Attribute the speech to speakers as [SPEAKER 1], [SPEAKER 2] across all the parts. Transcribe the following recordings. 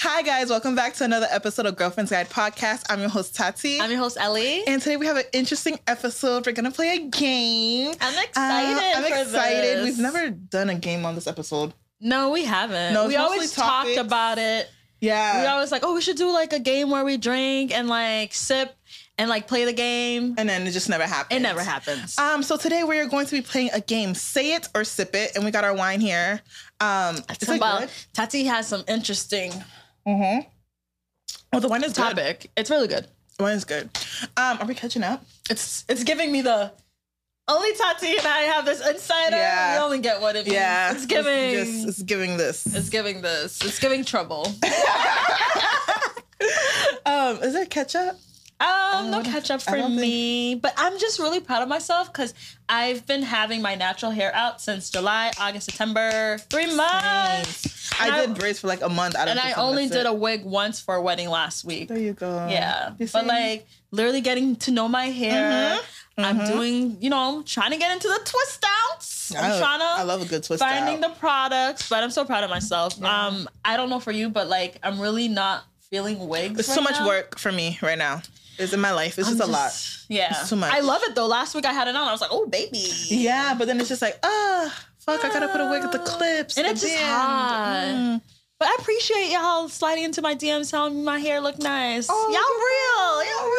[SPEAKER 1] Hi, guys. Welcome back to another episode of Girlfriend's Guide Podcast. I'm your host, Tati.
[SPEAKER 2] I'm your host, Ellie.
[SPEAKER 1] and today we have an interesting episode. We're going to play a game.
[SPEAKER 2] I'm excited.
[SPEAKER 1] Uh, I'm
[SPEAKER 2] for
[SPEAKER 1] excited.
[SPEAKER 2] this.
[SPEAKER 1] We've never done a game on this episode.
[SPEAKER 2] No, we haven't.
[SPEAKER 1] No, it's
[SPEAKER 2] we always
[SPEAKER 1] mostly topics.
[SPEAKER 2] talked about it. We
[SPEAKER 1] Yeah.
[SPEAKER 2] always like, oh, we should do like a game where we drink and like sip and like play the game.
[SPEAKER 1] and then it just never happened.
[SPEAKER 2] It never happens.
[SPEAKER 1] Um, so today we are going to be playing a game, Say It or Sip It, and we got our wine here. Um, it's
[SPEAKER 2] Talk about- Tati has some interesting
[SPEAKER 1] Mm-hmm. Well, the wine is good.
[SPEAKER 2] topic. It's really good.
[SPEAKER 1] The wine is good. Um, are we catching up?
[SPEAKER 2] It's it's giving me the only Tati and I have this insider.
[SPEAKER 1] Yeah.
[SPEAKER 2] We only get what it means. It's giving.
[SPEAKER 1] It's, just- it's giving this.
[SPEAKER 2] it's giving this. It's giving trouble.
[SPEAKER 1] um, is there ketchup?
[SPEAKER 2] Um, no
[SPEAKER 1] don't-
[SPEAKER 2] catch up
[SPEAKER 1] Oh, I
[SPEAKER 2] for
[SPEAKER 1] don't
[SPEAKER 2] me, but I'm just really proud of myself because I've been having my natural hair out since July, August, September, three months, And
[SPEAKER 1] I
[SPEAKER 2] I-
[SPEAKER 1] did braids for like a month. I don't
[SPEAKER 2] and I
[SPEAKER 1] think I'm
[SPEAKER 2] only
[SPEAKER 1] gonna
[SPEAKER 2] did
[SPEAKER 1] sit.
[SPEAKER 2] a wig once for a wedding last week.
[SPEAKER 1] There you go.
[SPEAKER 2] Yeah,
[SPEAKER 1] You
[SPEAKER 2] but
[SPEAKER 1] see? Mm-hmm.
[SPEAKER 2] like literally getting to know my hair. I'm doing, you know, I'm trying to get into the twist outs. I'm
[SPEAKER 1] I-
[SPEAKER 2] trying to
[SPEAKER 1] I love a good twist.
[SPEAKER 2] finding
[SPEAKER 1] out.
[SPEAKER 2] the products, but I'm so proud of myself.
[SPEAKER 1] Yeah.
[SPEAKER 2] Um, I don't know for you, but like I'm really not feeling wigs.
[SPEAKER 1] It's
[SPEAKER 2] right
[SPEAKER 1] so much
[SPEAKER 2] now.
[SPEAKER 1] work for me right now. It's in my life. It's
[SPEAKER 2] I'm
[SPEAKER 1] just a lot.
[SPEAKER 2] just- Yeah.
[SPEAKER 1] It's too much.
[SPEAKER 2] I love it though. Last week I had it on. I was like, oh baby.
[SPEAKER 1] Yeah, but then it's just like, ah, fuck, I gotta put a wig at the clips.
[SPEAKER 2] And
[SPEAKER 1] the
[SPEAKER 2] it's just
[SPEAKER 1] band.
[SPEAKER 2] hot.
[SPEAKER 1] Mm.
[SPEAKER 2] But I appreciate y'all sliding into my DMs telling me my hair look nice.
[SPEAKER 1] Oh,
[SPEAKER 2] y'all real. Y'all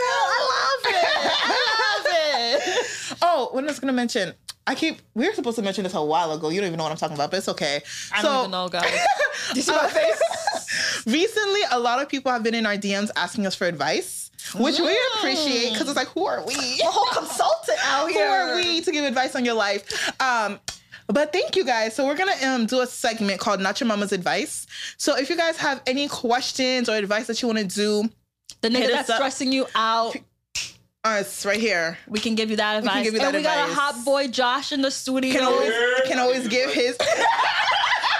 [SPEAKER 2] real. I love it. I love it.
[SPEAKER 1] Oh, what I was gonna mention, I keep we were supposed to mention this a while ago. You don't even know what I'm talking about, but it's okay.
[SPEAKER 2] I
[SPEAKER 1] so
[SPEAKER 2] don't even know, guys. Do you see my
[SPEAKER 1] Uh,
[SPEAKER 2] face?
[SPEAKER 1] recently, a lot of people have been in our DMs asking us for advice, which we
[SPEAKER 2] Mm.
[SPEAKER 1] appreciate because it's like, who are we?
[SPEAKER 2] A whole consultant out
[SPEAKER 1] Who
[SPEAKER 2] here.
[SPEAKER 1] are we to give advice on your life? Um, but thank you guys. So we're gonna um, do a segment called Not Your Mama's Advice. So if you guys have any questions or advice that you want to do,
[SPEAKER 2] The nigga
[SPEAKER 1] Hit us
[SPEAKER 2] that's
[SPEAKER 1] up.
[SPEAKER 2] stressing you out.
[SPEAKER 1] uh, it's right here.
[SPEAKER 2] We can give you that
[SPEAKER 1] can
[SPEAKER 2] advice.
[SPEAKER 1] give you
[SPEAKER 2] and
[SPEAKER 1] that
[SPEAKER 2] we got a
[SPEAKER 1] advice.
[SPEAKER 2] hot boy Josh in the studio.
[SPEAKER 1] Can always can always give his.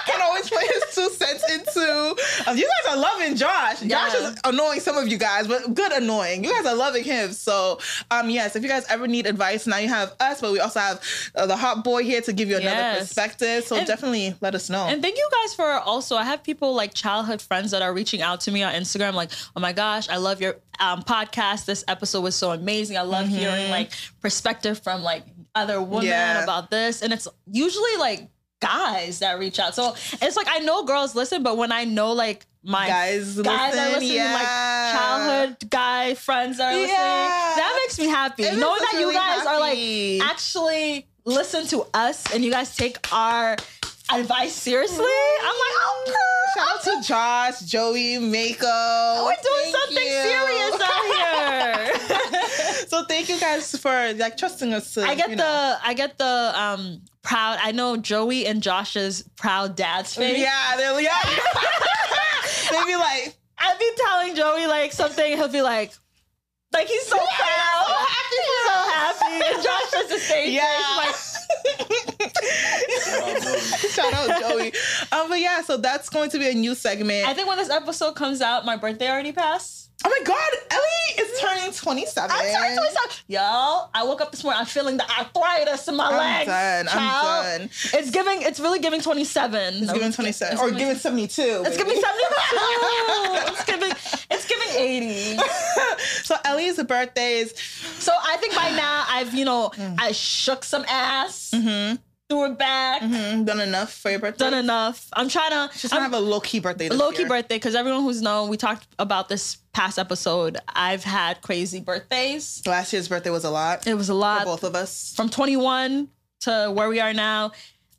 [SPEAKER 1] Can always put his two cents into. Um, you guys are loving Josh. Josh
[SPEAKER 2] Yeah.
[SPEAKER 1] is annoying some of you guys, but good annoying. You guys are loving him. So, um, yes, if you guys ever need advice, now you have us, but we also have uh, the hot boy here to give you another
[SPEAKER 2] Yes.
[SPEAKER 1] perspective. So
[SPEAKER 2] And-
[SPEAKER 1] definitely let us know.
[SPEAKER 2] And thank you guys for also. I have people like childhood friends that are reaching out to me on Instagram, like, oh my gosh, I love your um, podcast. This episode was so amazing. I love
[SPEAKER 1] Mm-hmm.
[SPEAKER 2] hearing like perspective from like other women
[SPEAKER 1] Yeah.
[SPEAKER 2] about this. And it's usually like guys that reach out. So it's like I know girls listen, but when I know like my
[SPEAKER 1] guys,
[SPEAKER 2] guys
[SPEAKER 1] listen,
[SPEAKER 2] are listening,
[SPEAKER 1] yeah.
[SPEAKER 2] like childhood guy friends that are listening,
[SPEAKER 1] Yeah.
[SPEAKER 2] that makes me happy.
[SPEAKER 1] It
[SPEAKER 2] Knowing
[SPEAKER 1] makes us
[SPEAKER 2] that
[SPEAKER 1] really
[SPEAKER 2] you guys are like
[SPEAKER 1] happy.
[SPEAKER 2] actually listen to us and you guys take our advice seriously. I'm like, oh, girl,
[SPEAKER 1] Shout out to Josh, Joey, Mako.
[SPEAKER 2] we're doing
[SPEAKER 1] Thank
[SPEAKER 2] something
[SPEAKER 1] you.
[SPEAKER 2] serious out here.
[SPEAKER 1] So thank you guys for like trusting us. To,
[SPEAKER 2] I get
[SPEAKER 1] you
[SPEAKER 2] the
[SPEAKER 1] know.
[SPEAKER 2] I get the um proud. I know Joey and Josh's proud dad's face.
[SPEAKER 1] Oh, Yeah, they're yeah. they be like,
[SPEAKER 2] I'd be telling Joey like something, he'll be like, like he's so proud. He's so happy. And Josh does the same
[SPEAKER 1] yeah.
[SPEAKER 2] thing. Like,
[SPEAKER 1] Shout out Joey. Um, but yeah, so that's going to be a new segment.
[SPEAKER 2] I think when this episode comes out, my birthday already passed.
[SPEAKER 1] oh my God, Ellie is turning 27.
[SPEAKER 2] I'm turning 27. Y'all, I woke up this morning. I'm feeling the arthritis in my
[SPEAKER 1] I'm
[SPEAKER 2] legs.
[SPEAKER 1] done. I'm
[SPEAKER 2] child.
[SPEAKER 1] done.
[SPEAKER 2] It's giving. It's really giving 27.
[SPEAKER 1] It's giving 27
[SPEAKER 2] It's
[SPEAKER 1] or
[SPEAKER 2] giving-
[SPEAKER 1] giving 72.
[SPEAKER 2] It's giving 72. it's giving. It's giving 80.
[SPEAKER 1] so Ellie's birthday is
[SPEAKER 2] So I think by now I've you know
[SPEAKER 1] Mm.
[SPEAKER 2] I shook some ass,
[SPEAKER 1] Mm-hmm.
[SPEAKER 2] threw it back,
[SPEAKER 1] mm, done enough for your birthday.
[SPEAKER 2] done enough. I'm trying to.
[SPEAKER 1] She's
[SPEAKER 2] I'm
[SPEAKER 1] gonna have a low key birthday. This
[SPEAKER 2] low key
[SPEAKER 1] year.
[SPEAKER 2] birthday because everyone who's known, we talked about this past episode. I've had crazy birthdays.
[SPEAKER 1] Last year's birthday was a lot
[SPEAKER 2] It was a
[SPEAKER 1] for
[SPEAKER 2] lot.
[SPEAKER 1] both of us.
[SPEAKER 2] From 21 to where we are now,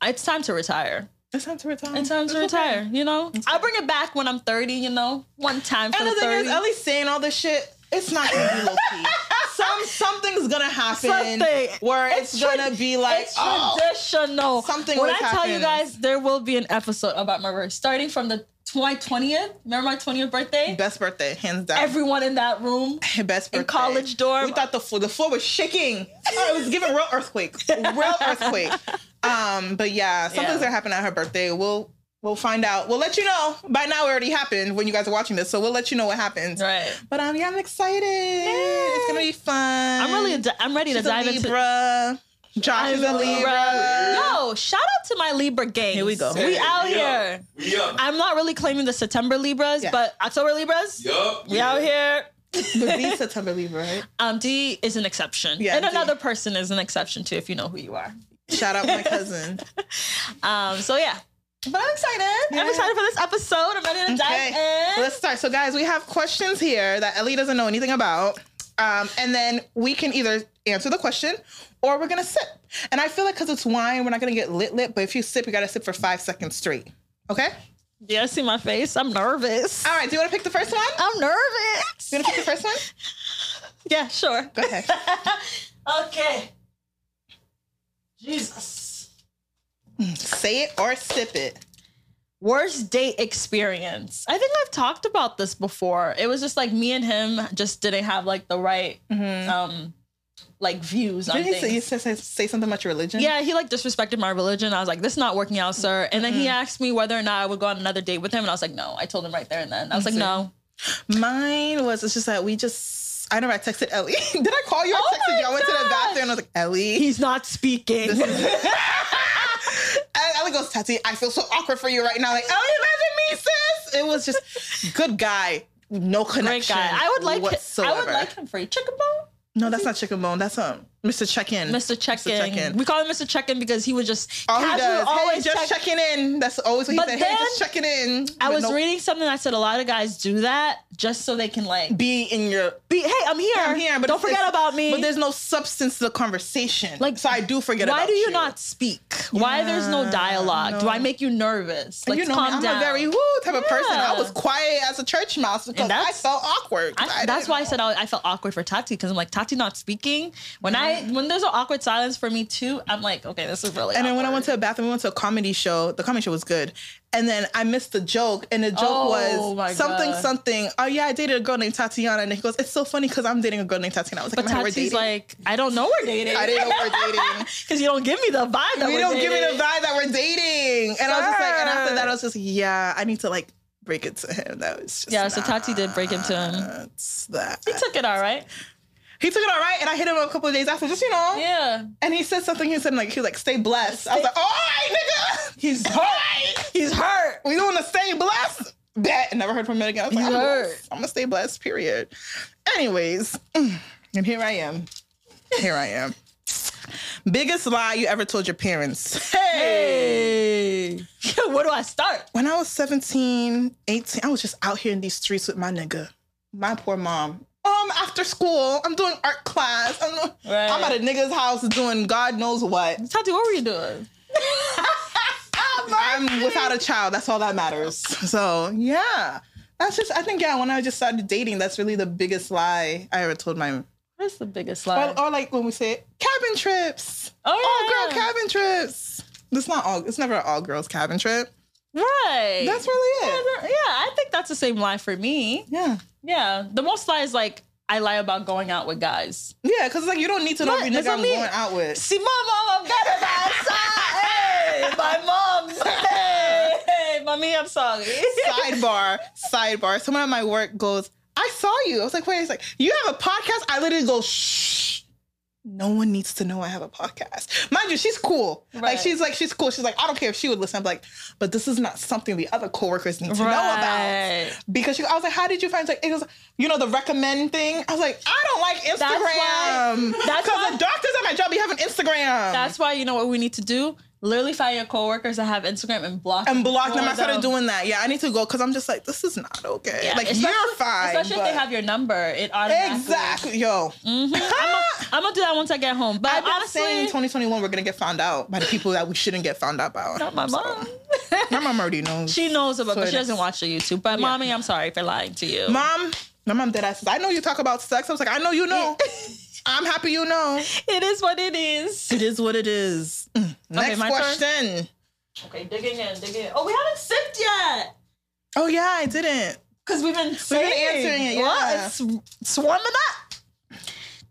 [SPEAKER 2] it's time to retire.
[SPEAKER 1] It's time to retire.
[SPEAKER 2] It's time to
[SPEAKER 1] okay.
[SPEAKER 2] retire. You know, I'll bring it back when I'm 30. You know, one time for
[SPEAKER 1] And the
[SPEAKER 2] the
[SPEAKER 1] thing
[SPEAKER 2] 30.
[SPEAKER 1] is, Ellie's saying all this shit. It's not gonna be low key. Some something's gonna happen
[SPEAKER 2] Something.
[SPEAKER 1] where it's,
[SPEAKER 2] tra-
[SPEAKER 1] gonna be like,
[SPEAKER 2] it's
[SPEAKER 1] oh,
[SPEAKER 2] traditional.
[SPEAKER 1] something
[SPEAKER 2] When I
[SPEAKER 1] always
[SPEAKER 2] tell you
[SPEAKER 1] happens.
[SPEAKER 2] guys, there will be an episode about my birthday, starting from the tw- my 20th. Remember my 20th birthday?
[SPEAKER 1] best birthday, hands down.
[SPEAKER 2] Everyone in that room.
[SPEAKER 1] best birthday.
[SPEAKER 2] college dorm.
[SPEAKER 1] We thought the floor, the floor was shaking. Oh, it was giving real earthquake, real earthquake. Um, but yeah, something's
[SPEAKER 2] Yeah.
[SPEAKER 1] gonna happen at her birthday. We'll we'll find out. We'll let you know. By now, it already happened when you guys are watching this, so we'll let you know what happens.
[SPEAKER 2] Right.
[SPEAKER 1] But um, yeah, I'm excited. It's gonna be fun.
[SPEAKER 2] I'm really, di- I'm ready
[SPEAKER 1] She's
[SPEAKER 2] to dive
[SPEAKER 1] a
[SPEAKER 2] into.
[SPEAKER 1] Libra. Josh is a Libra.
[SPEAKER 2] Yo, shout out to my Libra gang.
[SPEAKER 1] Here we go.
[SPEAKER 2] We out here.
[SPEAKER 3] We up.
[SPEAKER 2] I'm not really claiming the September Libras,
[SPEAKER 1] Yeah.
[SPEAKER 2] but October Libras,
[SPEAKER 3] Yup.
[SPEAKER 2] we out here.
[SPEAKER 1] But D's September Libra, right?
[SPEAKER 2] Um, D is an exception,
[SPEAKER 1] Yeah,
[SPEAKER 2] and
[SPEAKER 1] D.
[SPEAKER 2] another person is an exception too, if you know who you are.
[SPEAKER 1] Shout out my cousin.
[SPEAKER 2] Um, so yeah, but I'm excited. I'm
[SPEAKER 1] Yeah.
[SPEAKER 2] excited for this episode. I'm ready to
[SPEAKER 1] Okay,
[SPEAKER 2] dive in.
[SPEAKER 1] let's start. So, guys, we have questions here that Ellie doesn't know anything about. Um, and then we can either answer the question or we're going to sip. And I feel like because it's wine, we're not going to get lit lit, but if you sip, you got to sip for five seconds straight. Okay?
[SPEAKER 2] Yeah, see my face. I'm nervous.
[SPEAKER 1] All right, do you want to pick the first one?
[SPEAKER 2] I'm
[SPEAKER 1] You
[SPEAKER 2] nervous.
[SPEAKER 1] want to pick the first one?
[SPEAKER 2] Yeah, sure.
[SPEAKER 1] Go ahead.
[SPEAKER 2] okay. Jesus.
[SPEAKER 1] Say it or sip it.
[SPEAKER 2] Worst date experience. I think I've talked about this before. It was just like me and him just didn't have like the right um like views on
[SPEAKER 1] Mm-hmm. Didn't you
[SPEAKER 2] things.
[SPEAKER 1] say, you said- say, say something about your religion?
[SPEAKER 2] Yeah, he like disrespected my religion. I was like, this is not working out, sir. And then he
[SPEAKER 1] Mm-hmm.
[SPEAKER 2] asked me whether or not I would go on another date with him. And I was like, no. I told him right there and then. I was like,
[SPEAKER 1] see.
[SPEAKER 2] no.
[SPEAKER 1] Mine was, it's just that we just, I know I texted Ellie. Did I call you? I
[SPEAKER 2] Oh
[SPEAKER 1] texted
[SPEAKER 2] my
[SPEAKER 1] you. I went to the
[SPEAKER 2] gosh.
[SPEAKER 1] bathroom and I was like, Ellie.
[SPEAKER 2] He's not speaking.
[SPEAKER 1] And Ellie goes, Tati, I feel so awkward for you right now. Like, Ellie, imagine me, sis. It was just good guy, no
[SPEAKER 2] Great
[SPEAKER 1] connection.
[SPEAKER 2] guy. I would like
[SPEAKER 1] whatsoever.
[SPEAKER 2] I would like him for a chicken bone.
[SPEAKER 1] No, that's not chicken bone. That's um, Mr. Check In.
[SPEAKER 2] Mr. Check-in.
[SPEAKER 1] Check-in.
[SPEAKER 2] We call him Mr. Check-in because he was just
[SPEAKER 1] All he
[SPEAKER 2] casual,
[SPEAKER 1] does,
[SPEAKER 2] always
[SPEAKER 1] hey, just
[SPEAKER 2] check-
[SPEAKER 1] checking in. That's always what he
[SPEAKER 2] But
[SPEAKER 1] said. Hey, just
[SPEAKER 2] then,
[SPEAKER 1] checking in.
[SPEAKER 2] I
[SPEAKER 1] But
[SPEAKER 2] was
[SPEAKER 1] no,
[SPEAKER 2] reading something that said a lot of guys do that just so they can like
[SPEAKER 1] be in your.
[SPEAKER 2] be hey, I'm here.
[SPEAKER 1] I'm here, but
[SPEAKER 2] Don't
[SPEAKER 1] it's-
[SPEAKER 2] forget
[SPEAKER 1] it's-
[SPEAKER 2] about me.
[SPEAKER 1] But there's no substance to the conversation.
[SPEAKER 2] Like,
[SPEAKER 1] Like, so I do forget.
[SPEAKER 2] why
[SPEAKER 1] about
[SPEAKER 2] do you, not speak? Why there's no
[SPEAKER 1] Yeah,
[SPEAKER 2] dialogue? Do
[SPEAKER 1] no.
[SPEAKER 2] I make you nervous? Like
[SPEAKER 1] you know, me,
[SPEAKER 2] calm
[SPEAKER 1] I'm
[SPEAKER 2] down.
[SPEAKER 1] a very woo type of person. I
[SPEAKER 2] Yeah.
[SPEAKER 1] was quiet as a church mouse because I
[SPEAKER 2] that's-
[SPEAKER 1] felt awkward. 'cause
[SPEAKER 2] I,
[SPEAKER 1] I
[SPEAKER 2] that's
[SPEAKER 1] didn't
[SPEAKER 2] why I
[SPEAKER 1] know.
[SPEAKER 2] said I, I felt awkward for Tati because I'm like Tati not speaking. When I when there's an awkward silence for me too, I'm like, okay, this is really.
[SPEAKER 1] Mm-hmm. And then when I went to
[SPEAKER 2] awkward.
[SPEAKER 1] the bathroom, we went to a comedy show. The comedy show was good. And then I missed the joke, and the joke
[SPEAKER 2] Oh, my
[SPEAKER 1] was something,
[SPEAKER 2] God.
[SPEAKER 1] something. Oh yeah, I dated a girl named Tatiana, and he goes, "It's so funny because I'm dating a girl named Tatiana." I was like,
[SPEAKER 2] but
[SPEAKER 1] "Man, we're
[SPEAKER 2] Tati's
[SPEAKER 1] dating."
[SPEAKER 2] like, I don't know we're dating.
[SPEAKER 1] I didn't know we're dating.
[SPEAKER 2] because you don't give me the vibe. That
[SPEAKER 1] we
[SPEAKER 2] we're
[SPEAKER 1] don't give me the
[SPEAKER 2] dating.
[SPEAKER 1] vibe that we're dating. And I was just like, and after that,
[SPEAKER 2] Sir.
[SPEAKER 1] I was just, yeah, I need to like break it to him. That was just
[SPEAKER 2] Yeah, so Tati did break it to him.
[SPEAKER 1] That's that.
[SPEAKER 2] He took it all right.
[SPEAKER 1] He took it all right, and I hit him up a couple of days after, just you know.
[SPEAKER 2] Yeah,
[SPEAKER 1] And he said something. He said like he was like, "Stay blessed." I was like, "All right, nigga."
[SPEAKER 2] he's hurt. He's hurt.
[SPEAKER 1] we want to stay blessed. Bet. Never heard from him again. I was like,
[SPEAKER 2] You
[SPEAKER 1] I'm,
[SPEAKER 2] heard.
[SPEAKER 1] blessed. I'm gonna stay blessed. Period. Anyways, and here I am. Here I am. Biggest lie you ever told your parents?
[SPEAKER 2] Hey, where do I start?
[SPEAKER 1] When I was 17, 18, I was just out here in these streets with my nigga. My poor mom. Um, after school, I'm doing art class. I'm,
[SPEAKER 2] Right.
[SPEAKER 1] I'm at a nigga's house doing God knows what.
[SPEAKER 2] Tati, what were you doing?
[SPEAKER 1] I'm without a child. That's all that matters. So yeah, that's just. I think yeah. When I just started dating, that's really the biggest lie I ever told my.
[SPEAKER 2] That's the biggest lie.
[SPEAKER 1] Or, or like when we say cabin trips.
[SPEAKER 2] oh,
[SPEAKER 1] All
[SPEAKER 2] yeah.
[SPEAKER 1] oh, girl cabin trips. It's not all. It's never an all girls cabin trip.
[SPEAKER 2] Right.
[SPEAKER 1] That's really
[SPEAKER 2] yeah,
[SPEAKER 1] it.
[SPEAKER 2] I think that's the same lie for me.
[SPEAKER 1] Yeah.
[SPEAKER 2] Yeah, the most lie is like I lie about going out with guys.
[SPEAKER 1] Yeah, because like you don't need to know
[SPEAKER 2] But
[SPEAKER 1] every nigga
[SPEAKER 2] that's what
[SPEAKER 1] I'm
[SPEAKER 2] I mean.
[SPEAKER 1] going out with.
[SPEAKER 2] See, my mom, I'm gonna go outside. Hey, my mom. Hey, hey, mommy, I'm sorry.
[SPEAKER 1] sidebar, sidebar. Someone at my work goes, "I saw you." I was like, "Wait a sec. You have a podcast?" I literally go, "Shh." No one needs to know I have a podcast. Mind you, she's cool. Like
[SPEAKER 2] Right.
[SPEAKER 1] she's like she's cool. She's like I don't care if she would listen. I'm like, but this is not something the other coworkers need to know
[SPEAKER 2] Right.
[SPEAKER 1] about. Because she, I was like, how did you find? Like it was, you know, the recommend thing. I was like, I don't like Instagram.
[SPEAKER 2] why- that's
[SPEAKER 1] because
[SPEAKER 2] why-
[SPEAKER 1] the doctors at my job be having Instagram.
[SPEAKER 2] That's why you know what we need to do. Literally find your coworkers that have Instagram and block
[SPEAKER 1] and block them.
[SPEAKER 2] for
[SPEAKER 1] I started doing that. Yeah, I need to go because I'm just like, this is not okay.
[SPEAKER 2] Yeah,
[SPEAKER 1] like
[SPEAKER 2] especially-
[SPEAKER 1] you're fine.
[SPEAKER 2] Especially if
[SPEAKER 1] but-
[SPEAKER 2] they have your number, it automatically.
[SPEAKER 1] Exactly. Yo.
[SPEAKER 2] I'm gonna do that once I get home. But
[SPEAKER 1] I've been
[SPEAKER 2] Mm, honestly,
[SPEAKER 1] saying in 2021 we're gonna get found out by the people that we shouldn't get found out by.
[SPEAKER 2] not my
[SPEAKER 1] So,
[SPEAKER 2] mom.
[SPEAKER 1] my mom already knows.
[SPEAKER 2] She knows about, but she
[SPEAKER 1] So it
[SPEAKER 2] doesn't
[SPEAKER 1] is.
[SPEAKER 2] watch the YouTube. But mommy, I'm sorry for lying to you.
[SPEAKER 1] mom, my mom dead ass says, I know you talk about sex. I was like, I know you know. I'm happy you know.
[SPEAKER 2] it is what it is.
[SPEAKER 1] It is what it is. Mm. Next
[SPEAKER 2] my turn?
[SPEAKER 1] question.
[SPEAKER 2] Okay, digging in, digging in. Oh, we haven't sipped yet
[SPEAKER 1] Oh yeah, I didn't.
[SPEAKER 2] because we've been saying.
[SPEAKER 1] answering it, yeah.
[SPEAKER 2] What? It's swarming up.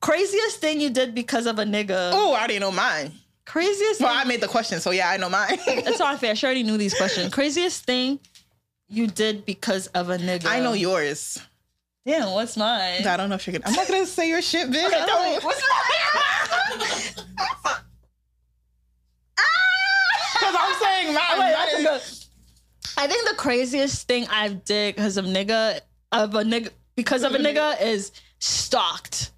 [SPEAKER 2] Craziest thing you did because of a nigga.
[SPEAKER 1] Oh, I already know mine.
[SPEAKER 2] Craziest.
[SPEAKER 1] Well,
[SPEAKER 2] thing.
[SPEAKER 1] I made the question, so yeah, I know mine.
[SPEAKER 2] That's not fair. She already knew these questions. Craziest thing you did because of a nigga.
[SPEAKER 1] I know yours.
[SPEAKER 2] Damn, what's mine?
[SPEAKER 1] Oh. I don't know if you're gonna. I'm not gonna say your shit, bitch.
[SPEAKER 2] Okay,
[SPEAKER 1] I
[SPEAKER 2] tell me,
[SPEAKER 1] don't-
[SPEAKER 2] what's mine?
[SPEAKER 1] saying mine.
[SPEAKER 2] Wait,
[SPEAKER 1] Mine
[SPEAKER 2] that's
[SPEAKER 1] is-
[SPEAKER 2] good. I think the craziest thing I've did because of nigga of a nigga because of a nigga is stalked.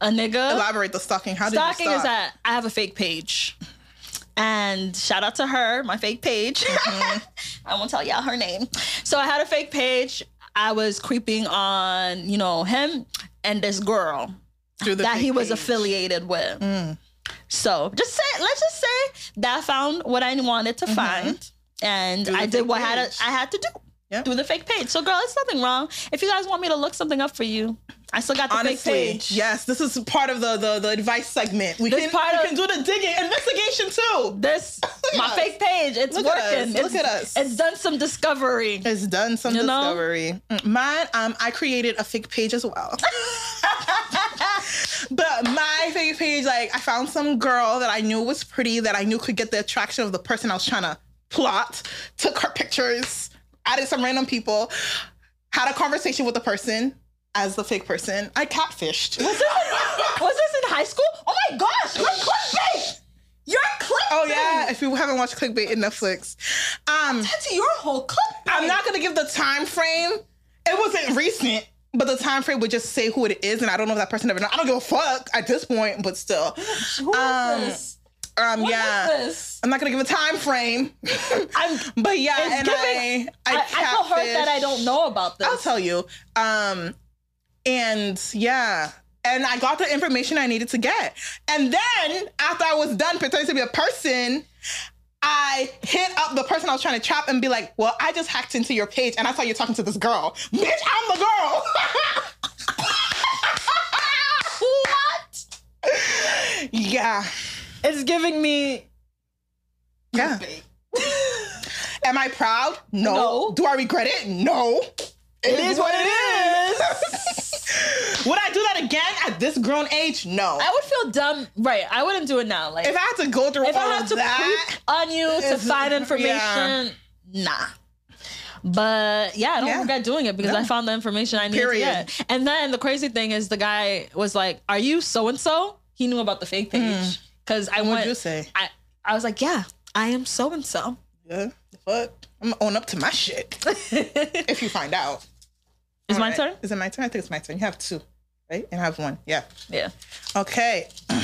[SPEAKER 2] A nigga
[SPEAKER 1] Elaborate the stalking. How did
[SPEAKER 2] stalking
[SPEAKER 1] you
[SPEAKER 2] is
[SPEAKER 1] stalk?
[SPEAKER 2] that I have a fake page. And shout out to her, my fake page. I won't tell y'all her name. So I had a fake page. I was creeping on, you know, him and this girl
[SPEAKER 1] Through the
[SPEAKER 2] that he
[SPEAKER 1] fake
[SPEAKER 2] was
[SPEAKER 1] page. Mm.
[SPEAKER 2] affiliated with. So just say, let's just say that I found what I wanted to find, and
[SPEAKER 1] Mm-hmm. Through the
[SPEAKER 2] I did
[SPEAKER 1] fake
[SPEAKER 2] what had
[SPEAKER 1] page.
[SPEAKER 2] I had to do
[SPEAKER 1] Yep.
[SPEAKER 2] through the fake page. So, girl, it's nothing wrong. If you guys want me to look something up for you, I still got the
[SPEAKER 1] Honestly,
[SPEAKER 2] fake page.
[SPEAKER 1] yes, this is part of the the, the advice segment. We
[SPEAKER 2] This
[SPEAKER 1] can
[SPEAKER 2] part
[SPEAKER 1] we
[SPEAKER 2] of-
[SPEAKER 1] can do the digging investigation too.
[SPEAKER 2] This
[SPEAKER 1] at
[SPEAKER 2] my
[SPEAKER 1] us.
[SPEAKER 2] fake page. It's
[SPEAKER 1] Look at us.
[SPEAKER 2] working.
[SPEAKER 1] Look
[SPEAKER 2] it's,
[SPEAKER 1] at us.
[SPEAKER 2] It's done some discovery.
[SPEAKER 1] It's done some
[SPEAKER 2] You know?
[SPEAKER 1] discovery. Mm, Mine, um, I created a fake page as well. but my fake page, like I found some girl that I knew was pretty, that I knew could get the attraction of the person I was trying to plot. Took her pictures, added some random people, had a conversation with the person as the fake person. I catfished.
[SPEAKER 2] Was this, in, was this in high school? Oh my gosh! You're clickbait. You're clickbait.
[SPEAKER 1] Oh yeah, if you haven't watched clickbait in Netflix, um,
[SPEAKER 2] That's your whole clickbait.
[SPEAKER 1] I'm not gonna give the time frame. It wasn't recent, but the time frame would just say who it is, and I don't know if that person ever know. I don't give a fuck at this point, but still,
[SPEAKER 2] Who is
[SPEAKER 1] um,
[SPEAKER 2] this?
[SPEAKER 1] um,
[SPEAKER 2] What is
[SPEAKER 1] yeah,
[SPEAKER 2] this?
[SPEAKER 1] I'm not gonna give a time frame.
[SPEAKER 2] I'm.
[SPEAKER 1] but yeah,
[SPEAKER 2] It's
[SPEAKER 1] and
[SPEAKER 2] giving-
[SPEAKER 1] I, I,
[SPEAKER 2] I, I feel hurt that I
[SPEAKER 1] catfished.
[SPEAKER 2] don't know about this.
[SPEAKER 1] I'll tell you. Um, and yeah. And I got the information I needed to get. And then after I was done pretending to be a person, I hit up the person I was trying to trap and be like, well, I just hacked into your page and I saw you talking to this girl. Bitch, I'm the girl.
[SPEAKER 2] what?
[SPEAKER 1] yeah.
[SPEAKER 2] It's giving me.
[SPEAKER 1] Yeah. Am I proud? No.
[SPEAKER 2] No.
[SPEAKER 1] Do I regret it? No.
[SPEAKER 2] It is what it is.
[SPEAKER 1] Would I do that again at this grown age? No.
[SPEAKER 2] I would feel dumb. Right. I wouldn't do it now. Like
[SPEAKER 1] if I had to go through
[SPEAKER 2] if
[SPEAKER 1] all
[SPEAKER 2] I have
[SPEAKER 1] of
[SPEAKER 2] to
[SPEAKER 1] that,
[SPEAKER 2] creep on you to
[SPEAKER 1] It's-
[SPEAKER 2] find
[SPEAKER 1] yeah.
[SPEAKER 2] information, nah. But yeah, I don't
[SPEAKER 1] Yeah.
[SPEAKER 2] regret doing it because
[SPEAKER 1] No.
[SPEAKER 2] I found the information I needed
[SPEAKER 1] Period.
[SPEAKER 2] to get. And then the crazy thing is, the guy was like, "Are you so and so?" He knew about the fake page because I
[SPEAKER 1] what'd
[SPEAKER 2] went.
[SPEAKER 1] you say?
[SPEAKER 2] I I was like, "Yeah, I am so and so."
[SPEAKER 1] Yeah. the Fuck. I'm gonna own up to my shit.
[SPEAKER 2] Is
[SPEAKER 1] if you find out. All
[SPEAKER 2] my
[SPEAKER 1] right.
[SPEAKER 2] turn?
[SPEAKER 1] Is it my turn? I think it's my turn. You have two, right? And I have one. Yeah.
[SPEAKER 2] Yeah.
[SPEAKER 1] Okay.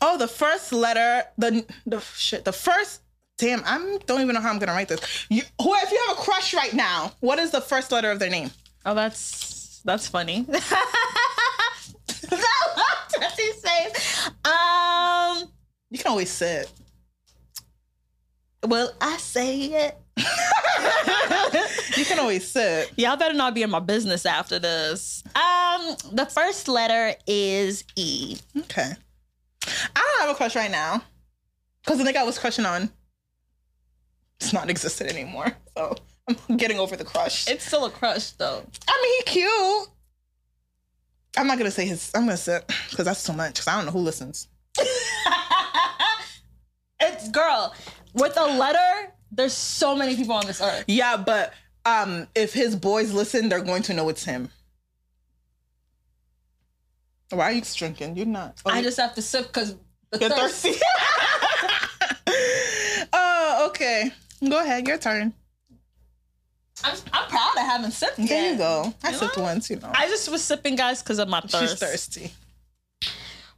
[SPEAKER 1] Oh, the first letter, the the shit, the first. Damn, I don't even know how I'm gonna write this. You, who, if you have a crush right now, what is the first letter of their name?
[SPEAKER 2] Oh, that's that's funny. that's safe. Um,
[SPEAKER 1] You can always say it.
[SPEAKER 2] will I say it?
[SPEAKER 1] You can always say it.
[SPEAKER 2] Y'all better not be in my business after this. Um, the first letter is E.
[SPEAKER 1] Okay. I don't have a crush right now. Because the nigga I was crushing on it's not existed anymore. So I'm getting over the crush.
[SPEAKER 2] It's still a crush though.
[SPEAKER 1] I mean, he cute. I'm not gonna say his. I'm gonna say because that's too much. Because I don't know who listens.
[SPEAKER 2] it's girl with a letter. There's so many people on this earth.
[SPEAKER 1] Yeah, but um, if his boys listen, they're going to know it's him. Why are you drinking? You're not. Oh,
[SPEAKER 2] I just have to sip because the
[SPEAKER 1] you're
[SPEAKER 2] thirst.
[SPEAKER 1] thirsty. oh, okay. Go ahead. Your turn.
[SPEAKER 2] I'm, I'm proud I haven't sipped yet.
[SPEAKER 1] There you go. I
[SPEAKER 2] You
[SPEAKER 1] sipped
[SPEAKER 2] know?
[SPEAKER 1] once. You know.
[SPEAKER 2] I just was sipping, guys, because of my thirst.
[SPEAKER 1] She's thirsty.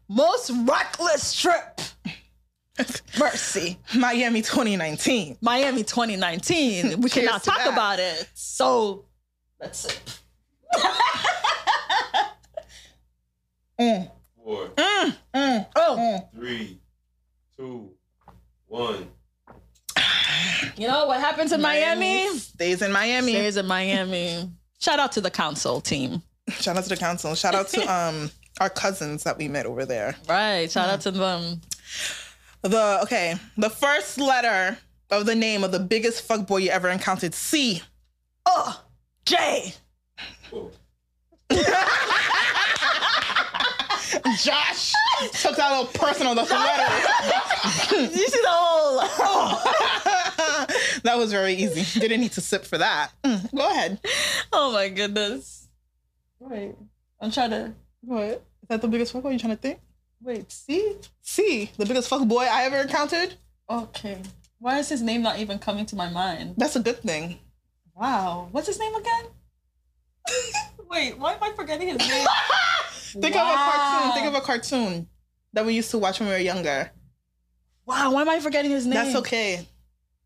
[SPEAKER 2] Most reckless trip. Mercy.
[SPEAKER 1] Miami 2019.
[SPEAKER 2] Miami 2019. We
[SPEAKER 1] Cheers
[SPEAKER 2] cannot
[SPEAKER 1] to
[SPEAKER 2] talk
[SPEAKER 1] that.
[SPEAKER 2] about it. So that's it.
[SPEAKER 1] Mm,
[SPEAKER 3] Four,
[SPEAKER 1] mm.
[SPEAKER 2] Oh,
[SPEAKER 3] three, two, one.
[SPEAKER 2] you know what happens in Miami?
[SPEAKER 1] stays in Miami.
[SPEAKER 2] Stays in Miami. Shout out to the council team.
[SPEAKER 1] Shout out to the council. Shout out to um our cousins that we met over there.
[SPEAKER 2] Right. Shout out to them.
[SPEAKER 1] The okay, the first letter of the name of the biggest fuckboy you ever encountered. C.
[SPEAKER 2] Oh, Jay.
[SPEAKER 3] Four.
[SPEAKER 1] Josh took that little personal the letter.
[SPEAKER 2] you see the whole.
[SPEAKER 1] that was very easy. Didn't need to sip for that. Mm, go ahead.
[SPEAKER 2] Oh my goodness. Wait. I'm trying to.
[SPEAKER 1] What? Is that the biggest fuckboy you trying to think?
[SPEAKER 2] Wait, see?
[SPEAKER 1] See, the biggest fuck boy I ever encountered.
[SPEAKER 2] Okay. Why is his name not even coming to my mind?
[SPEAKER 1] That's a good thing.
[SPEAKER 2] Wow. What's his name again? Wait, why am I forgetting his name?
[SPEAKER 1] Think of a cartoon. Think of a cartoon that we used to watch when we were younger.
[SPEAKER 2] Wow, why am I forgetting his name?
[SPEAKER 1] That's okay.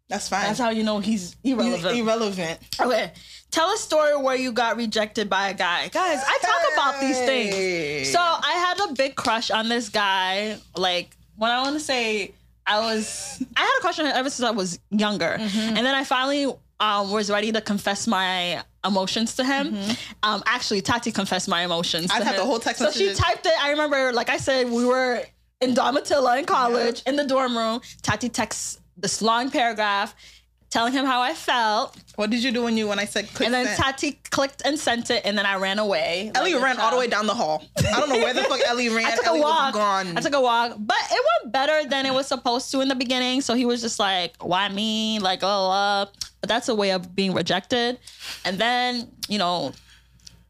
[SPEAKER 1] That's fine.
[SPEAKER 2] That's how you know he's irrelevant.
[SPEAKER 1] Irrelevant. irrelevant.
[SPEAKER 2] okay. Tell a story where you got rejected by a guy. Guys, I talk about these things.
[SPEAKER 1] Hey.
[SPEAKER 2] So I had a big crush on this guy. Like when I want to say I was, I had a crush on him ever since I was younger,
[SPEAKER 1] Mm-hmm.
[SPEAKER 2] and then I finally um, was ready to confess my emotions to him. Um, actually, Tati confessed my emotions.
[SPEAKER 1] Mm-hmm. I've
[SPEAKER 2] to
[SPEAKER 1] had
[SPEAKER 2] him.
[SPEAKER 1] the whole text
[SPEAKER 2] So she
[SPEAKER 1] messages.
[SPEAKER 2] typed it. I remember, like I said, we were in Domitilla in college in the dorm room. Tati texts this long paragraph. Telling him how I felt,
[SPEAKER 1] what did you do when you when I said click
[SPEAKER 2] and then
[SPEAKER 1] send?
[SPEAKER 2] Tati clicked and sent it, and then I ran away.
[SPEAKER 1] Ellie
[SPEAKER 2] like a
[SPEAKER 1] ran all the
[SPEAKER 2] child.
[SPEAKER 1] way down the hall. I don't know where the fuck Ellie ran.
[SPEAKER 2] I took
[SPEAKER 1] Ellie
[SPEAKER 2] a walk.
[SPEAKER 1] was gone.
[SPEAKER 2] I took a walk, but it went better than it was supposed to in the beginning. So he was just like, "Why me?" Like, oh, uh, but that's a way of being rejected. And then you know,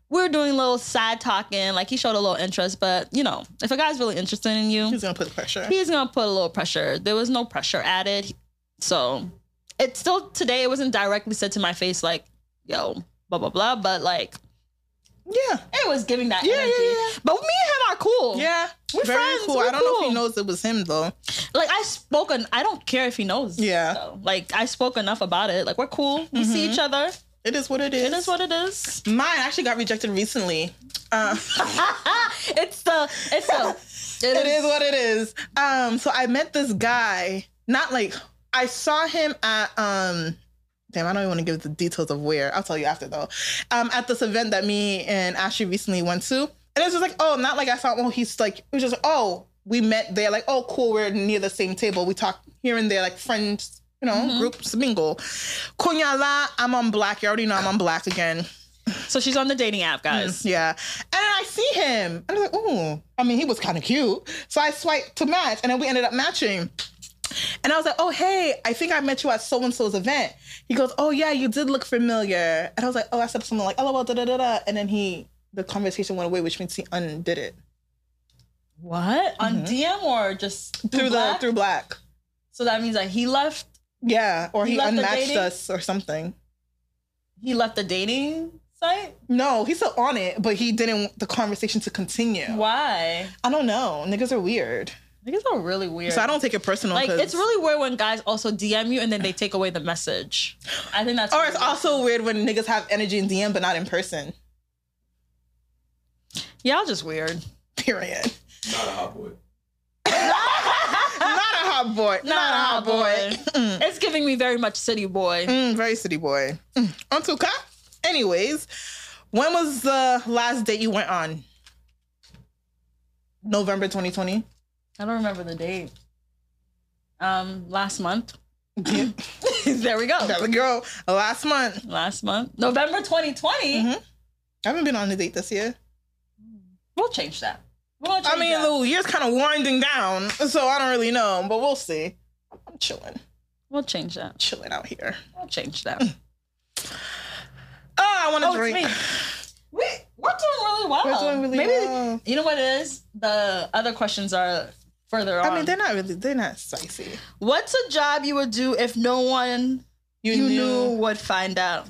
[SPEAKER 2] we were doing little side talking. Like he showed a little interest, but you know, if a guy's really interested in you,
[SPEAKER 1] He's gonna put pressure.
[SPEAKER 2] he's gonna put a little pressure. There was no pressure added, so it's still today. It wasn't directly said to my face like, "Yo, blah blah blah," but like.
[SPEAKER 1] Yeah.
[SPEAKER 2] It was giving that
[SPEAKER 1] Yeah, yeah,
[SPEAKER 2] energy,
[SPEAKER 1] yeah.
[SPEAKER 2] but me and him are cool.
[SPEAKER 1] Yeah. We're Very
[SPEAKER 2] friends,
[SPEAKER 1] cool.
[SPEAKER 2] we're
[SPEAKER 1] I don't know if
[SPEAKER 2] cool.
[SPEAKER 1] he knows it was him though.
[SPEAKER 2] like I spoke en- I don't care if he knows.
[SPEAKER 1] Yeah.
[SPEAKER 2] though. Like I spoke enough about it. Like we're cool. We see each other.
[SPEAKER 1] It is what it is.
[SPEAKER 2] It is what it is.
[SPEAKER 1] Mine actually got rejected recently. Uh,
[SPEAKER 2] it's the it's the
[SPEAKER 1] it is what it is. Um, so I met this guy. Not like I saw him at um. Damn, I don't even want to give the details of where. I'll tell you after though. Um, at this event that me and Ashley recently went to, and it was just like, oh, not like I saw. Oh, he's like, it was just oh, we met there. Like, oh, cool, we're near the same table. We talk here and there, like friends, you know, groups mingle. Kunyala, I'm on black. You already know I'm on black again.
[SPEAKER 2] So she's on the dating app, guys.
[SPEAKER 1] Yeah. And then I see him. And I was like, ooh. I mean, he was kind of cute. So I swiped to match. And then we ended up matching. And I was like, oh, hey, I think I met you at so and so's event. He goes, oh, yeah, you did look familiar. And I was like, oh, I said something like, lol, da da da da. And then he, the conversation went away, which means he undid it
[SPEAKER 2] What on DM or just through,
[SPEAKER 1] through the,
[SPEAKER 2] black?
[SPEAKER 1] through black.
[SPEAKER 2] So that means that he left.
[SPEAKER 1] Yeah. Or
[SPEAKER 2] He
[SPEAKER 1] he,
[SPEAKER 2] left the
[SPEAKER 1] unmatched
[SPEAKER 2] dating?
[SPEAKER 1] us or something.
[SPEAKER 2] He left the dating site.
[SPEAKER 1] No, he's still on it, but he didn't want the conversation to continue.
[SPEAKER 2] Why?
[SPEAKER 1] I don't know. Niggas are weird.
[SPEAKER 2] Niggas are really weird.
[SPEAKER 1] So I don't take it personal.
[SPEAKER 2] like
[SPEAKER 1] 'cause-
[SPEAKER 2] it's really weird when guys also DM you and then they take away the message. I think that's
[SPEAKER 1] Or
[SPEAKER 2] really
[SPEAKER 1] it's
[SPEAKER 2] weird.
[SPEAKER 1] also weird when niggas have energy in DM but not in person.
[SPEAKER 2] y'all just weird.
[SPEAKER 1] Period.
[SPEAKER 3] Not a hot boy.
[SPEAKER 1] not a hot boy. Not, a hot boy.
[SPEAKER 2] It's giving me very much city boy.
[SPEAKER 1] Mm, very city boy. Mm. On to Ka. Anyways, when was the last date you went on? November 2020.
[SPEAKER 2] I don't remember the date. Um, last month. there we go.
[SPEAKER 1] Got a girl last month.
[SPEAKER 2] Last month, Mm-hmm. November 2020.
[SPEAKER 1] I haven't been on a date this year.
[SPEAKER 2] We'll change that. We'll change
[SPEAKER 1] I mean,
[SPEAKER 2] that.
[SPEAKER 1] the year's kind of winding down, so I don't really know, but we'll see. I'm chilling,
[SPEAKER 2] we'll change that.
[SPEAKER 1] chilling out here.
[SPEAKER 2] We'll change that.
[SPEAKER 1] Oh, I want to
[SPEAKER 2] oh,
[SPEAKER 1] drink.
[SPEAKER 2] it's me. We we're doing really well.
[SPEAKER 1] We're doing really
[SPEAKER 2] Maybe
[SPEAKER 1] well.
[SPEAKER 2] you know what it is. The other questions are further on.
[SPEAKER 1] I mean, they're not really, they're not spicy.
[SPEAKER 2] What's a job you would do if no one you, knew would find out?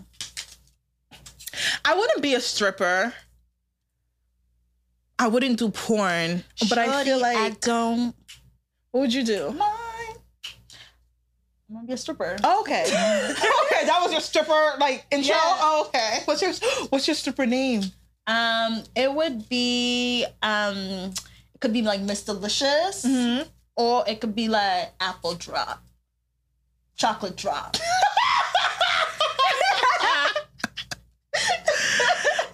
[SPEAKER 1] I wouldn't be a stripper. I wouldn't do porn, but I feel like
[SPEAKER 2] Shorty, I don't
[SPEAKER 1] what would you do?
[SPEAKER 2] mind. I'm gonna be a stripper.
[SPEAKER 1] Okay, okay, that was your stripper like intro. Oh,
[SPEAKER 2] Yeah.
[SPEAKER 1] okay, what's your what's your stripper name?
[SPEAKER 2] Um, it would be um, it could be like Miss Delicious,
[SPEAKER 1] Mm-hmm.
[SPEAKER 2] or it could be like Apple Drop, Chocolate Drop.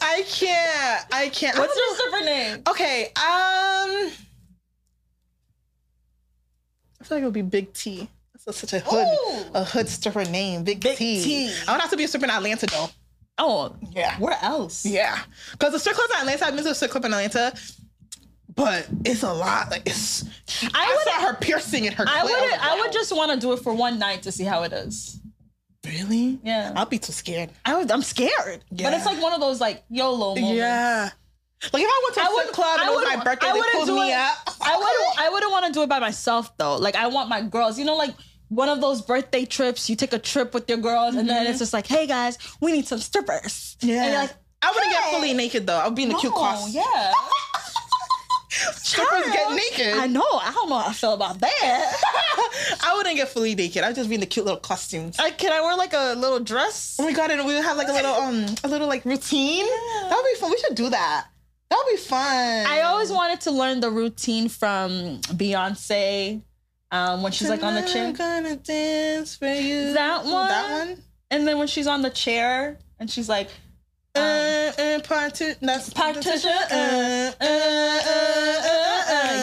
[SPEAKER 1] I can't. I can't.
[SPEAKER 2] What's your stripper name?
[SPEAKER 1] okay? Um, I feel like it would be Big T. That's such a hood,
[SPEAKER 2] Ooh.
[SPEAKER 1] a hood stripper name, Big,
[SPEAKER 2] Big
[SPEAKER 1] T.
[SPEAKER 2] T.
[SPEAKER 1] I would have to be a stripper in Atlanta though.
[SPEAKER 2] Oh,
[SPEAKER 1] Yeah.
[SPEAKER 2] where else?
[SPEAKER 1] Yeah, because the strip clubs in Atlanta, I've been to a strip club in Atlanta, but it's a lot. Like it's, I,
[SPEAKER 2] I would.
[SPEAKER 1] saw her piercing in her.
[SPEAKER 2] I
[SPEAKER 1] clit. was
[SPEAKER 2] would.
[SPEAKER 1] like,
[SPEAKER 2] I would
[SPEAKER 1] wow.
[SPEAKER 2] just want to do it for one night to see how it is.
[SPEAKER 1] really.
[SPEAKER 2] Yeah.
[SPEAKER 1] I'll be too scared.
[SPEAKER 2] I would, I'm scared,
[SPEAKER 1] Yeah.
[SPEAKER 2] but it's like one of those like YOLO moments.
[SPEAKER 1] Yeah, Like if I went to a
[SPEAKER 2] I
[SPEAKER 1] strip
[SPEAKER 2] would-
[SPEAKER 1] club and
[SPEAKER 2] I
[SPEAKER 1] it was
[SPEAKER 2] would-
[SPEAKER 1] my birthday,
[SPEAKER 2] I
[SPEAKER 1] they
[SPEAKER 2] wouldn't
[SPEAKER 1] pulled
[SPEAKER 2] do
[SPEAKER 1] me
[SPEAKER 2] it.
[SPEAKER 1] up.
[SPEAKER 2] I wouldn't I wouldn't want to do it by myself though. Like I want my girls. You know, like one of those birthday trips, you take a trip with your girls, and then it's just like, hey guys, we need some strippers.
[SPEAKER 1] Mm-hmm. Yeah.
[SPEAKER 2] And you're like,
[SPEAKER 1] I wouldn't get
[SPEAKER 2] "Hey."
[SPEAKER 1] fully naked though. I would be in the cute
[SPEAKER 2] No,
[SPEAKER 1] costume.
[SPEAKER 2] Yeah.
[SPEAKER 1] Strippers get
[SPEAKER 2] Child,
[SPEAKER 1] naked.
[SPEAKER 2] I know. I don't know how I feel about that.
[SPEAKER 1] I wouldn't get fully naked. I'd just be in the cute little costumes.
[SPEAKER 2] Like, can I wear like a little dress?
[SPEAKER 1] Oh my god, and we would have like a little um a little like routine. That would be fun. We should do that. That would be fun.
[SPEAKER 2] I always wanted to learn the routine from Beyonce um, when she's like on the
[SPEAKER 1] I'm
[SPEAKER 2] chin,
[SPEAKER 1] gonna dance for you. That
[SPEAKER 2] That one? Um,
[SPEAKER 1] one.
[SPEAKER 2] and then when she's on the chair and she's like,
[SPEAKER 1] Uh, uh, parti- that's
[SPEAKER 2] Partition, uh,
[SPEAKER 1] uh, uh, uh,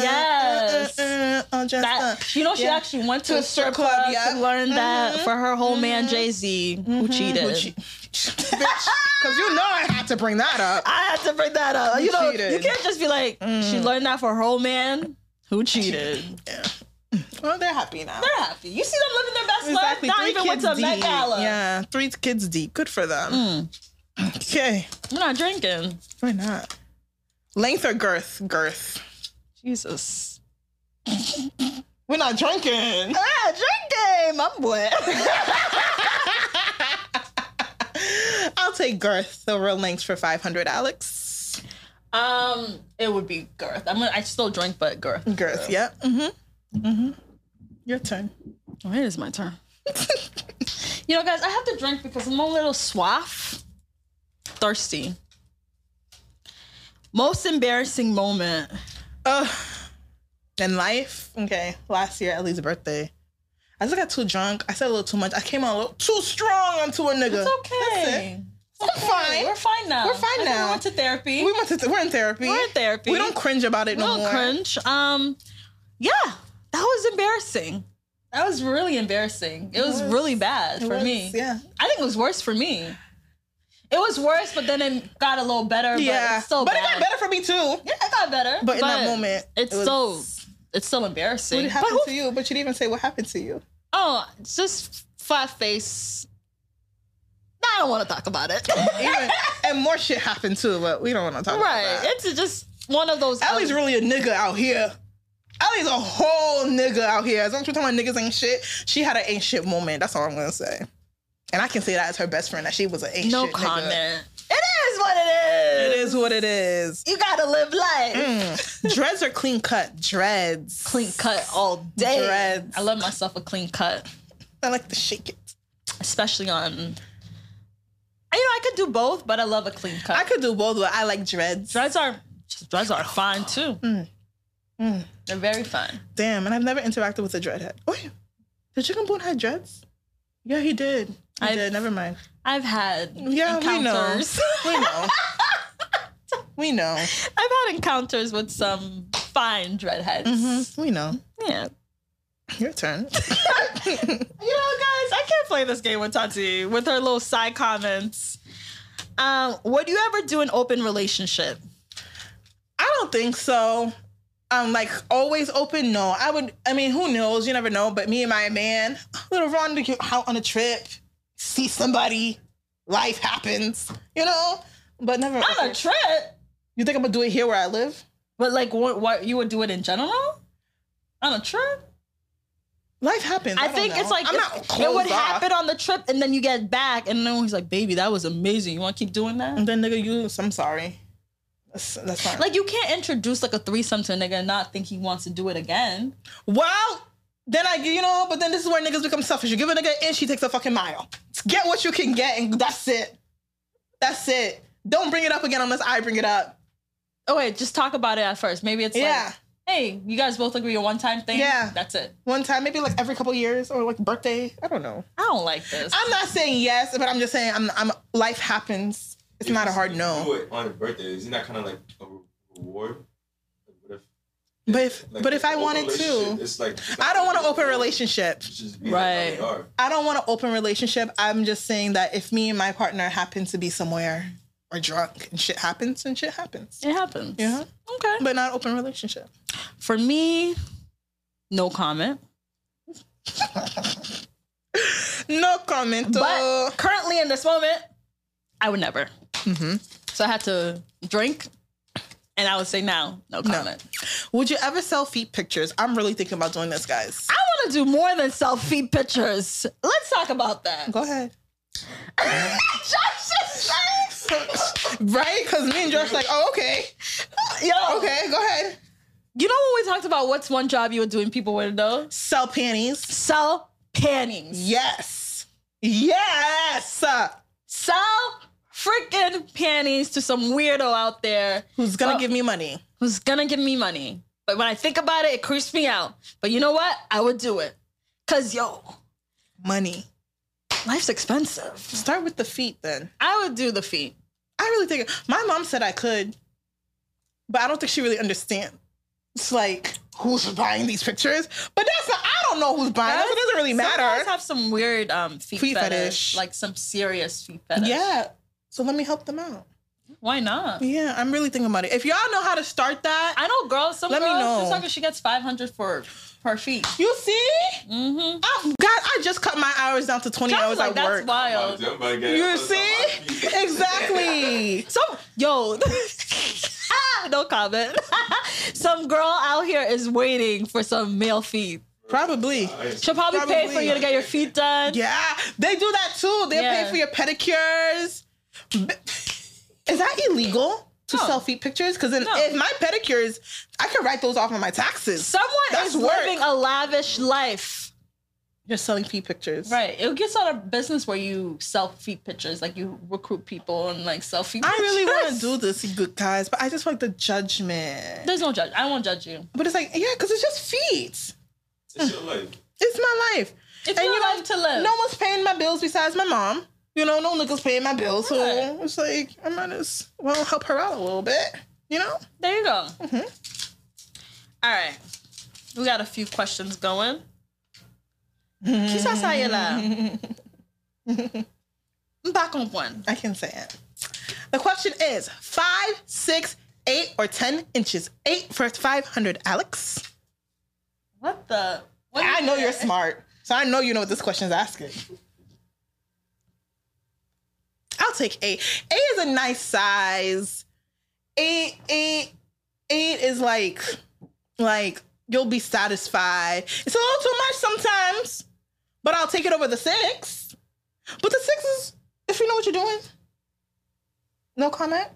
[SPEAKER 2] yes.
[SPEAKER 1] uh, uh, all dressed up.
[SPEAKER 2] that you know she
[SPEAKER 1] yeah.
[SPEAKER 2] actually went to,
[SPEAKER 1] To
[SPEAKER 2] a strip club,
[SPEAKER 1] yeah.
[SPEAKER 2] to learn that
[SPEAKER 1] Mhm.
[SPEAKER 2] for her whole man Jay Z, Mm-hmm. who cheated.
[SPEAKER 1] Who che- bitch. Because you know I had to bring that up.
[SPEAKER 2] I had to bring that up.
[SPEAKER 1] Who
[SPEAKER 2] you know,
[SPEAKER 1] cheated?
[SPEAKER 2] you can't just be like she learned that for her whole man Mm. who cheated.
[SPEAKER 1] Well, they're happy now.
[SPEAKER 2] They're happy. You see them living their best
[SPEAKER 1] exactly. Three
[SPEAKER 2] life. Not even went
[SPEAKER 1] kids
[SPEAKER 2] to a
[SPEAKER 1] deep.
[SPEAKER 2] Met Gala. Hmm.
[SPEAKER 1] Yeah, three kids deep. Good for them. Okay,
[SPEAKER 2] We're not drinking.
[SPEAKER 1] why not? Length or girth? Girth.
[SPEAKER 2] Jesus.
[SPEAKER 1] We're not drinking.
[SPEAKER 2] Ah, drinking, my boy.
[SPEAKER 1] I'll take girth over length for five hundred, Alex.
[SPEAKER 2] um, it would be girth. I'm gonna. I still drink, but girth.
[SPEAKER 1] Girth. Yep. Mm-hmm. Mm-hmm. Your turn.
[SPEAKER 2] Oh, it is my turn. you know, guys, I have to drink because I'm a little swaff, thirsty. Most embarrassing moment.
[SPEAKER 1] Uh, in life, okay. Last year, Ellie's birthday, I just got too drunk. I said a little too much. I came out a little too strong onto a nigga.
[SPEAKER 2] It's okay.
[SPEAKER 1] That's fine.
[SPEAKER 2] We're fine now.
[SPEAKER 1] We're fine
[SPEAKER 2] I think
[SPEAKER 1] now.
[SPEAKER 2] We went to therapy.
[SPEAKER 1] We went to we're in therapy.
[SPEAKER 2] We're in therapy.
[SPEAKER 1] We don't cringe about it
[SPEAKER 2] We
[SPEAKER 1] no
[SPEAKER 2] don't
[SPEAKER 1] more.
[SPEAKER 2] cringe. Um, yeah, that was embarrassing. That was really embarrassing. It was
[SPEAKER 1] was.
[SPEAKER 2] really bad
[SPEAKER 1] It
[SPEAKER 2] for
[SPEAKER 1] was,
[SPEAKER 2] me.
[SPEAKER 1] Yeah.
[SPEAKER 2] I think it was worse for me. It was worse, but then it got a little better. but
[SPEAKER 1] yeah.
[SPEAKER 2] it's still
[SPEAKER 1] but
[SPEAKER 2] bad.
[SPEAKER 1] it got better for me too.
[SPEAKER 2] Yeah, it got better.
[SPEAKER 1] But in that moment,
[SPEAKER 2] it's
[SPEAKER 1] it was-
[SPEAKER 2] still it's still
[SPEAKER 1] What
[SPEAKER 2] embarrassing. But
[SPEAKER 1] happened
[SPEAKER 2] who-
[SPEAKER 1] to you? But you didn't even say what happened to you.
[SPEAKER 2] oh, it's just flat face. Nah, I don't want to talk about it.
[SPEAKER 1] Even, and more shit happened too, but we don't want to talk
[SPEAKER 2] right?
[SPEAKER 1] about that.
[SPEAKER 2] It's just one of those.
[SPEAKER 1] Ellie's really a nigga out here. Ellie's a whole nigga out here. As long as we're talking about niggas ain't shit, she had an ain't shit moment. That's all I'm gonna say. And I can say that as her best friend that she was an ain't
[SPEAKER 2] no
[SPEAKER 1] shit nigga.
[SPEAKER 2] comment. It is what it
[SPEAKER 1] It
[SPEAKER 2] is.
[SPEAKER 1] is what it is.
[SPEAKER 2] You gotta live life.
[SPEAKER 1] Mm. Dreads are clean cut. Dreads.
[SPEAKER 2] Clean cut all day.
[SPEAKER 1] Dreads.
[SPEAKER 2] I love myself a clean cut,
[SPEAKER 1] I like to shake it.
[SPEAKER 2] especially on. You know, I could do both, but I love a clean cut.
[SPEAKER 1] I could do both, but I like dreads.
[SPEAKER 2] Dreads are dreads are fine too.
[SPEAKER 1] Mm.
[SPEAKER 2] They're very fine.
[SPEAKER 1] Damn, and I've never interacted with a dreadhead. Oh, yeah. did Chicken Boone have dreads? Yeah, he did. He
[SPEAKER 2] I-
[SPEAKER 1] did. Never mind.
[SPEAKER 2] I've had
[SPEAKER 1] Yeah, we know.
[SPEAKER 2] encounters.
[SPEAKER 1] We know. we know.
[SPEAKER 2] I've had encounters with some fine dreadheads.
[SPEAKER 1] Mhm, We know.
[SPEAKER 2] Yeah.
[SPEAKER 1] Your turn.
[SPEAKER 2] You know, guys, I can't play this game with Tati with her little side comments. Um, would you ever do an open relationship?
[SPEAKER 1] I don't think so. I'm like always open. No, I would. I mean, who knows? You never know. But me and my man, little Ron, to get out on a trip, see somebody. Life happens, you know. But never.
[SPEAKER 2] On a trip,
[SPEAKER 1] you think I'm gonna do it here where I live?
[SPEAKER 2] but like, what, what you would do it in general? On a trip?
[SPEAKER 1] Life happens. I,
[SPEAKER 2] I
[SPEAKER 1] don't
[SPEAKER 2] think
[SPEAKER 1] know.
[SPEAKER 2] it's like
[SPEAKER 1] I'm
[SPEAKER 2] it's-
[SPEAKER 1] not
[SPEAKER 2] it would
[SPEAKER 1] closed off.
[SPEAKER 2] happen on the trip, and then you get back, and then he's like, "Baby, that was amazing. You want to keep doing that?"
[SPEAKER 1] And then nigga, you. I'm sorry. That's that's not
[SPEAKER 2] Like you can't introduce like a threesome to a nigga and not think he wants to do it again.
[SPEAKER 1] Well, then I, you know, but then this is where niggas become selfish. You give a nigga an inch, he takes a fucking mile. Get what you can get, and that's it. That's it. Don't bring it up again unless I bring it up.
[SPEAKER 2] Oh wait, just talk about it at first. Maybe it's
[SPEAKER 1] Yeah.
[SPEAKER 2] like, hey, you guys both agree a one time thing.
[SPEAKER 1] Yeah.
[SPEAKER 2] that's it.
[SPEAKER 1] One time, maybe like every couple years or like birthday. I don't know.
[SPEAKER 2] I don't like this.
[SPEAKER 1] I'm not saying yes, but I'm just saying I'm. I'm. Life happens. It's not a hard
[SPEAKER 3] Do
[SPEAKER 1] no.
[SPEAKER 3] it on a birthday. Isn't that kind of like a re- reward? Like, what if-
[SPEAKER 1] But if
[SPEAKER 3] like,
[SPEAKER 1] but if I
[SPEAKER 3] open
[SPEAKER 1] wanted
[SPEAKER 3] relationship,
[SPEAKER 1] to,
[SPEAKER 3] it's like it's
[SPEAKER 1] I don't
[SPEAKER 3] not
[SPEAKER 1] want an open
[SPEAKER 3] reward.
[SPEAKER 1] relationship.
[SPEAKER 3] It's just being like how they
[SPEAKER 2] Right.
[SPEAKER 3] are.
[SPEAKER 1] I don't want an open relationship. I'm just saying that if me and my partner happen to be somewhere or drunk and shit happens and shit happens,
[SPEAKER 2] it happens.
[SPEAKER 1] Yeah.
[SPEAKER 2] Okay.
[SPEAKER 1] but not open relationship.
[SPEAKER 2] For me, no comment.
[SPEAKER 1] No comment.
[SPEAKER 2] But
[SPEAKER 1] Mm-hmm.
[SPEAKER 2] currently in this moment, I would never. So I had to drink, And I would say now, no comment.
[SPEAKER 1] Would you ever sell feet pictures? I'm really thinking about doing this, guys.
[SPEAKER 2] I want to do more than selfie pictures. Let's talk about that.
[SPEAKER 1] Go ahead.
[SPEAKER 2] Josh is like-
[SPEAKER 1] Right? Because me and Josh like, oh, okay.
[SPEAKER 2] Yo,
[SPEAKER 1] Okay, go ahead.
[SPEAKER 2] You know when we talked about what's one job you would do and people would know?
[SPEAKER 1] Sell panties.
[SPEAKER 2] Sell panties.
[SPEAKER 1] Yes. Yes.
[SPEAKER 2] Sell freaking panties to some weirdo out there
[SPEAKER 1] Who's going to
[SPEAKER 2] Oh.
[SPEAKER 1] give me money?
[SPEAKER 2] who's gonna give me money. But when I think about it, it creeps me out. But you know what? I would do it. Cause yo,
[SPEAKER 1] Money.
[SPEAKER 2] life's expensive.
[SPEAKER 1] Start with the feet then.
[SPEAKER 2] I would do the feet.
[SPEAKER 1] I really think my mom said I could, but I don't think she really understands. It's like who's buying these pictures, but that's not, I don't know who's buying. them.
[SPEAKER 2] Guys,
[SPEAKER 1] it doesn't really
[SPEAKER 2] Some guys
[SPEAKER 1] matter.
[SPEAKER 2] have some weird um, feet,
[SPEAKER 1] Feet
[SPEAKER 2] fetish,
[SPEAKER 1] fetish.
[SPEAKER 2] like some serious feet fetish.
[SPEAKER 1] Yeah, so let me help them out.
[SPEAKER 2] why not?
[SPEAKER 1] Yeah, I'm really thinking about it. If y'all know how to start that,
[SPEAKER 2] I know girls. Some
[SPEAKER 1] Let me
[SPEAKER 2] girls,
[SPEAKER 1] know.
[SPEAKER 2] She's talking. She gets five hundred for per feet.
[SPEAKER 1] you see,
[SPEAKER 2] Mm-hmm.
[SPEAKER 1] I'm, God, I just cut my hours down to 20 hours
[SPEAKER 2] like
[SPEAKER 1] at
[SPEAKER 2] that's
[SPEAKER 1] work.
[SPEAKER 2] wild.
[SPEAKER 1] You see, exactly.
[SPEAKER 2] Some yo, Ah, no comment. some girl out here is waiting for some male feet.
[SPEAKER 1] Probably.
[SPEAKER 2] She'll probably, pay for
[SPEAKER 1] Probably.
[SPEAKER 2] you to get your feet done.
[SPEAKER 1] Yeah, they do that too. They pay
[SPEAKER 2] Yeah.
[SPEAKER 1] for your pedicures. B- Is that illegal to
[SPEAKER 2] No.
[SPEAKER 1] sell feet pictures? Because then
[SPEAKER 2] No.
[SPEAKER 1] if my pedicures, I could write those off on my taxes.
[SPEAKER 2] Someone
[SPEAKER 1] That's
[SPEAKER 2] is
[SPEAKER 1] work.
[SPEAKER 2] living a lavish life.
[SPEAKER 1] You're selling feet pictures,
[SPEAKER 2] Right. It gets out of business where you sell feet pictures, like you recruit people and like sell feet
[SPEAKER 1] I
[SPEAKER 2] pictures.
[SPEAKER 1] really want to do this, you good guys, but I just like the judgment.
[SPEAKER 2] There's no judge. I won't judge you.
[SPEAKER 1] but it's like, yeah, because it's just feet.
[SPEAKER 3] It's your life.
[SPEAKER 1] It's my life.
[SPEAKER 2] It's
[SPEAKER 1] And
[SPEAKER 2] your
[SPEAKER 1] you know,
[SPEAKER 2] life to live.
[SPEAKER 1] No one's paying my bills besides my mom. You know, no niggas paying my bills, so
[SPEAKER 2] Right.
[SPEAKER 1] it's like I might as well help her out a little bit. You know?
[SPEAKER 2] There you go. All right. We got a few questions going. Quizás haya la. Back on one.
[SPEAKER 1] I can say it. The question is five, six, eight, or ten inches. Eight for five hundred, Alex.
[SPEAKER 2] What the? What
[SPEAKER 1] I
[SPEAKER 2] is
[SPEAKER 1] know
[SPEAKER 2] that?
[SPEAKER 1] you're smart, so I know you know what this question's asking. I'll take eight. Eight is a nice size. Eight, eight, eight is like, like you'll be satisfied. It's a little too much sometimes, but I'll take it over the six. But the six is, if you know what you're doing. No comment.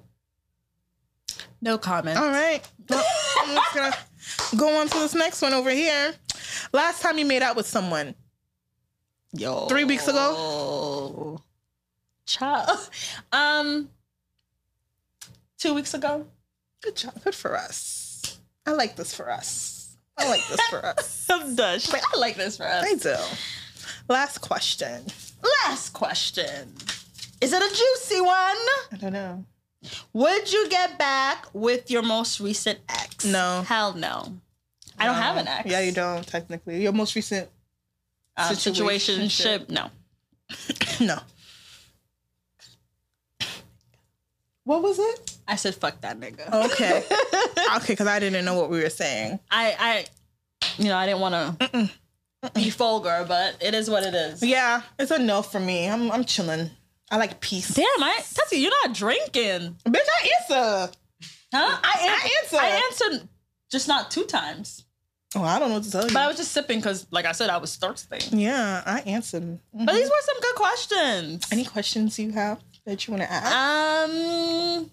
[SPEAKER 2] No comment.
[SPEAKER 1] All right. Well, I'm just gonna go on to this next one over here. Last time you made out with someone.
[SPEAKER 2] Yo.
[SPEAKER 1] Three weeks ago?
[SPEAKER 2] ago. Child. Um. Two weeks ago.
[SPEAKER 1] Good job. Good for us. I like this for us. I like this for us.
[SPEAKER 2] I'm done. She's like, I like this for us.
[SPEAKER 1] I do. Last question.
[SPEAKER 2] Last question. Is it a juicy one?
[SPEAKER 1] I don't know.
[SPEAKER 2] Would you get back with your most recent ex?
[SPEAKER 1] No.
[SPEAKER 2] Hell no. I don't have an ex.
[SPEAKER 1] Uh, Yeah, you don't technically. Your most recent
[SPEAKER 2] Um,
[SPEAKER 1] Situationship.
[SPEAKER 2] situationship. No.
[SPEAKER 1] no. What was it?
[SPEAKER 2] I said fuck that nigga.
[SPEAKER 1] Okay. okay, because I didn't know what we were saying.
[SPEAKER 2] I, I, you know, I didn't want to be vulgar, but it is what it is.
[SPEAKER 1] Yeah, it's a no for me. I'm I'm chilling. I like peace.
[SPEAKER 2] Damn, I, Tessie, you're not drinking,
[SPEAKER 1] Bitch, I answer.
[SPEAKER 2] huh?
[SPEAKER 1] I answer.
[SPEAKER 2] I answered just not two times,
[SPEAKER 1] Oh, I don't know what to tell you.
[SPEAKER 2] but I was just sipping because, like I said, I was thirsty.
[SPEAKER 1] yeah, I answered. Mhm.
[SPEAKER 2] But these were some good questions.
[SPEAKER 1] Any questions you have that you want to ask?
[SPEAKER 2] Um,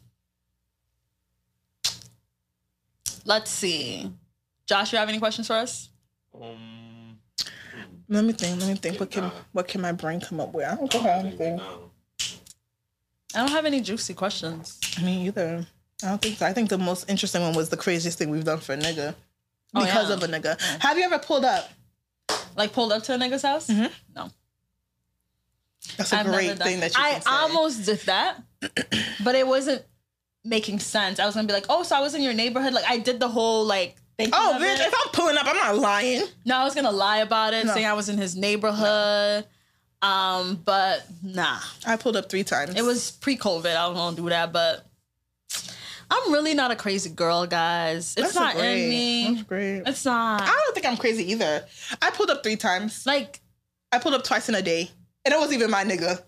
[SPEAKER 2] let's see. Josh, you have any questions for us?
[SPEAKER 3] Um,
[SPEAKER 1] Let me think. Let me think. What can what can my brain come up with? I don't think I have anything.
[SPEAKER 3] no.
[SPEAKER 2] I don't have any juicy questions.
[SPEAKER 1] Me either. I don't think so. I think the most interesting one was the craziest thing we've done for a nigga
[SPEAKER 2] Oh,
[SPEAKER 1] because
[SPEAKER 2] yeah.
[SPEAKER 1] of a nigga. Have you ever pulled up?
[SPEAKER 2] Like pulled up to a nigga's house? No,
[SPEAKER 1] That's Mm-hmm. a
[SPEAKER 2] I've never
[SPEAKER 1] great
[SPEAKER 2] done-
[SPEAKER 1] thing that you
[SPEAKER 2] I
[SPEAKER 1] can say.
[SPEAKER 2] almost did that, but it wasn't making sense. I was gonna be like, oh, so I was in your neighborhood. Like I did the whole like. thinking
[SPEAKER 1] Oh,
[SPEAKER 2] of
[SPEAKER 1] bitch!
[SPEAKER 2] it.
[SPEAKER 1] If I'm pulling up, I'm not lying.
[SPEAKER 2] No, I was gonna lie about it,
[SPEAKER 1] No.
[SPEAKER 2] saying I was in his neighborhood. Um, but nah.
[SPEAKER 1] I pulled up three times.
[SPEAKER 2] It was pre-COVID. I was gonna do that, but I'm really not a crazy girl, guys. It's
[SPEAKER 1] That's a
[SPEAKER 2] not
[SPEAKER 1] great-
[SPEAKER 2] in me.
[SPEAKER 1] That's great.
[SPEAKER 2] It's not
[SPEAKER 1] I don't think I'm crazy either. I pulled up three times.
[SPEAKER 2] like
[SPEAKER 1] I pulled up twice in a day, and it wasn't even my nigga.